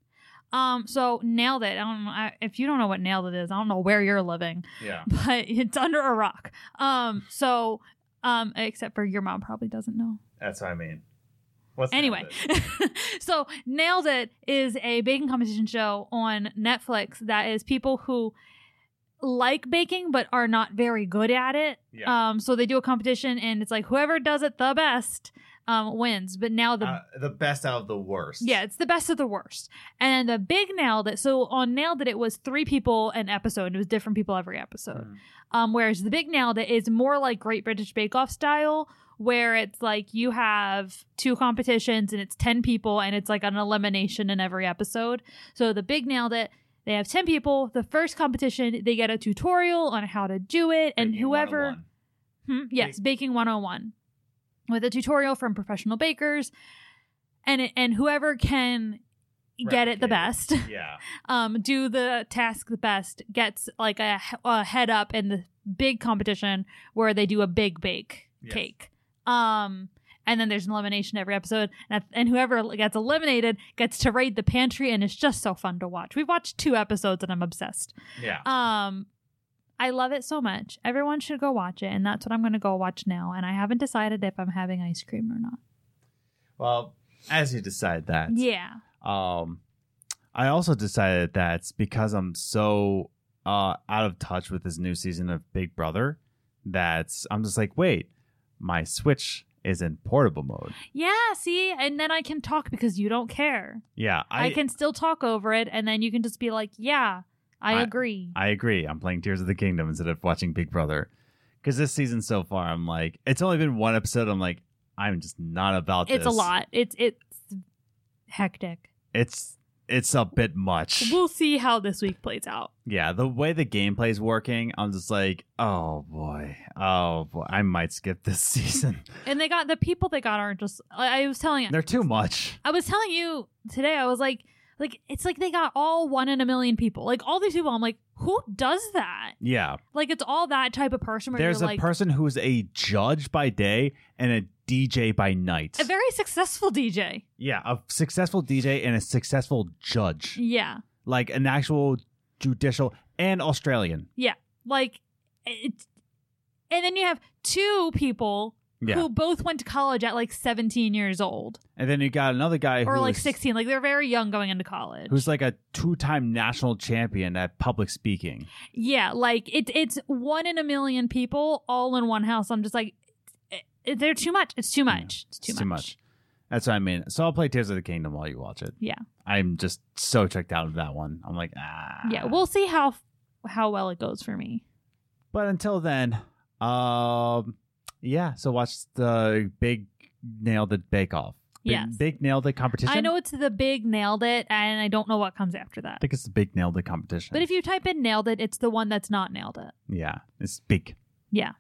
Speaker 2: um, so nailed it. I don't know I, if you don't know what nailed it is. I don't know where you're living,
Speaker 1: Yeah.
Speaker 2: but it's under a rock. Um, so um, except for your mom probably doesn't know.
Speaker 1: That's what I mean. What's
Speaker 2: Anyway, so Nailed It is a baking competition show on Netflix that is people who like baking but are not very good at it. Um, so they do a competition and it's like whoever does it the best um, wins. But now the
Speaker 1: Uh, the best out of the worst.
Speaker 2: yeah, it's the best of the worst. And the big nailed it. So on nailed it, it was three people an episode. It was different people every episode.
Speaker 1: Hmm.
Speaker 2: Um, whereas the big nailed it is more like Great British Bake Off style, where it's like you have two competitions and it's ten people and it's like an elimination in every episode. So the big nailed it. They have ten people. The first competition, they get a tutorial on how to do it, and whoever.
Speaker 1: oh
Speaker 2: Hmm? Yes, baking 101 with a tutorial from professional bakers and it- and whoever can get it the
Speaker 1: Replicate
Speaker 2: best
Speaker 1: Yeah.
Speaker 2: um do the task the best gets like a, he- a head up in the big competition where they do a big bake
Speaker 1: Yes.
Speaker 2: cake um and then there's an elimination every episode and, at- and whoever gets eliminated gets to raid the pantry and it's just so fun to watch we've watched two episodes and i'm obsessed
Speaker 1: Yeah.
Speaker 2: um, I love it so much. Everyone should go watch it, and that's what I'm going to go watch now. And I haven't decided if I'm having ice cream or not.
Speaker 1: Well, as you decide that.
Speaker 2: yeah,
Speaker 1: Um, I also decided that because I'm so uh, out of touch with this new season of Big Brother, that I'm just like, wait, my Switch is in portable mode.
Speaker 2: yeah. See, and then I can talk because you don't care.
Speaker 1: Yeah,
Speaker 2: I,
Speaker 1: I,
Speaker 2: can still talk over it, and then you can just be like, "Yeah, I,
Speaker 1: I-
Speaker 2: agree."
Speaker 1: I agree. I'm playing Tears of the Kingdom instead of watching Big Brother because this season so far, I'm like, it's only been one episode. I'm like, I'm just not about
Speaker 2: it's
Speaker 1: this.
Speaker 2: a lot. It's it's hectic.
Speaker 1: It's it's a bit much.
Speaker 2: We'll see how this week plays out.
Speaker 1: Yeah, the way the gameplay's working, I'm just like, oh boy, oh boy, I might skip this season.
Speaker 2: And they got the people they got aren't just. I, I was telling
Speaker 1: They're too much.
Speaker 2: I was telling you today, I was like, Like it's like they got all one in a million people. Like all these people, I'm like, who does that?
Speaker 1: Yeah.
Speaker 2: Like it's all that type of person. Where
Speaker 1: There's
Speaker 2: you're
Speaker 1: a
Speaker 2: like,
Speaker 1: person who's a judge by day and a DJ by night.
Speaker 2: a very successful DJ.
Speaker 1: yeah, a successful DJ and a successful judge.
Speaker 2: Yeah,
Speaker 1: Like an actual judicial and Australian.
Speaker 2: like it's. And then you have two people
Speaker 1: Yeah.
Speaker 2: who both went to college at like 17 years old
Speaker 1: And then you got another guy
Speaker 2: or
Speaker 1: who
Speaker 2: like
Speaker 1: is-
Speaker 2: 16. Like they're very young going into college.
Speaker 1: who's like a two-time national champion at public speaking.
Speaker 2: Yeah, like it, it's one in a million people all in one house. I'm just like, it, it- they're too much. It's too
Speaker 1: Yeah,
Speaker 2: much. it's too
Speaker 1: it's
Speaker 2: much.
Speaker 1: too much. That's what I mean. So I'll play Tears of the Kingdom while you watch it.
Speaker 2: Yeah.
Speaker 1: I'm just so checked out of that one. I'm like, ah.
Speaker 2: Yeah, we'll see how how well it goes for me.
Speaker 1: But until then, um, yeah. So watch the big nail the bake off. Big,
Speaker 2: Yes.
Speaker 1: big nail the competition.
Speaker 2: I know it's the big nailed it, and I don't know what comes after
Speaker 1: I
Speaker 2: that.
Speaker 1: think it's the big nail the competition.
Speaker 2: But if you type in nailed it, it's the one that's not nailed it.
Speaker 1: yeah, it's big.
Speaker 2: Yeah.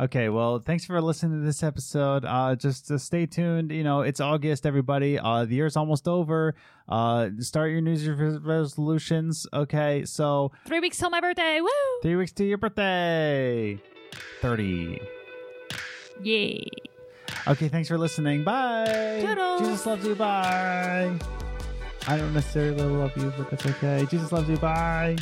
Speaker 1: Okay, well, thanks for listening to this episode. Uh, just uh, stay tuned. You know, it's August, everybody. Uh, the year's almost over. Uh, start your New Year's res- resolutions. Okay, so
Speaker 2: Three weeks till my birthday. Woo!
Speaker 1: three weeks to your birthday. 30.
Speaker 2: Yeah.
Speaker 1: Okay, thanks for listening. Bye.
Speaker 2: Toodles.
Speaker 1: Jesus loves you. Bye. I don't necessarily love you, but that's okay. Jesus loves you. Bye.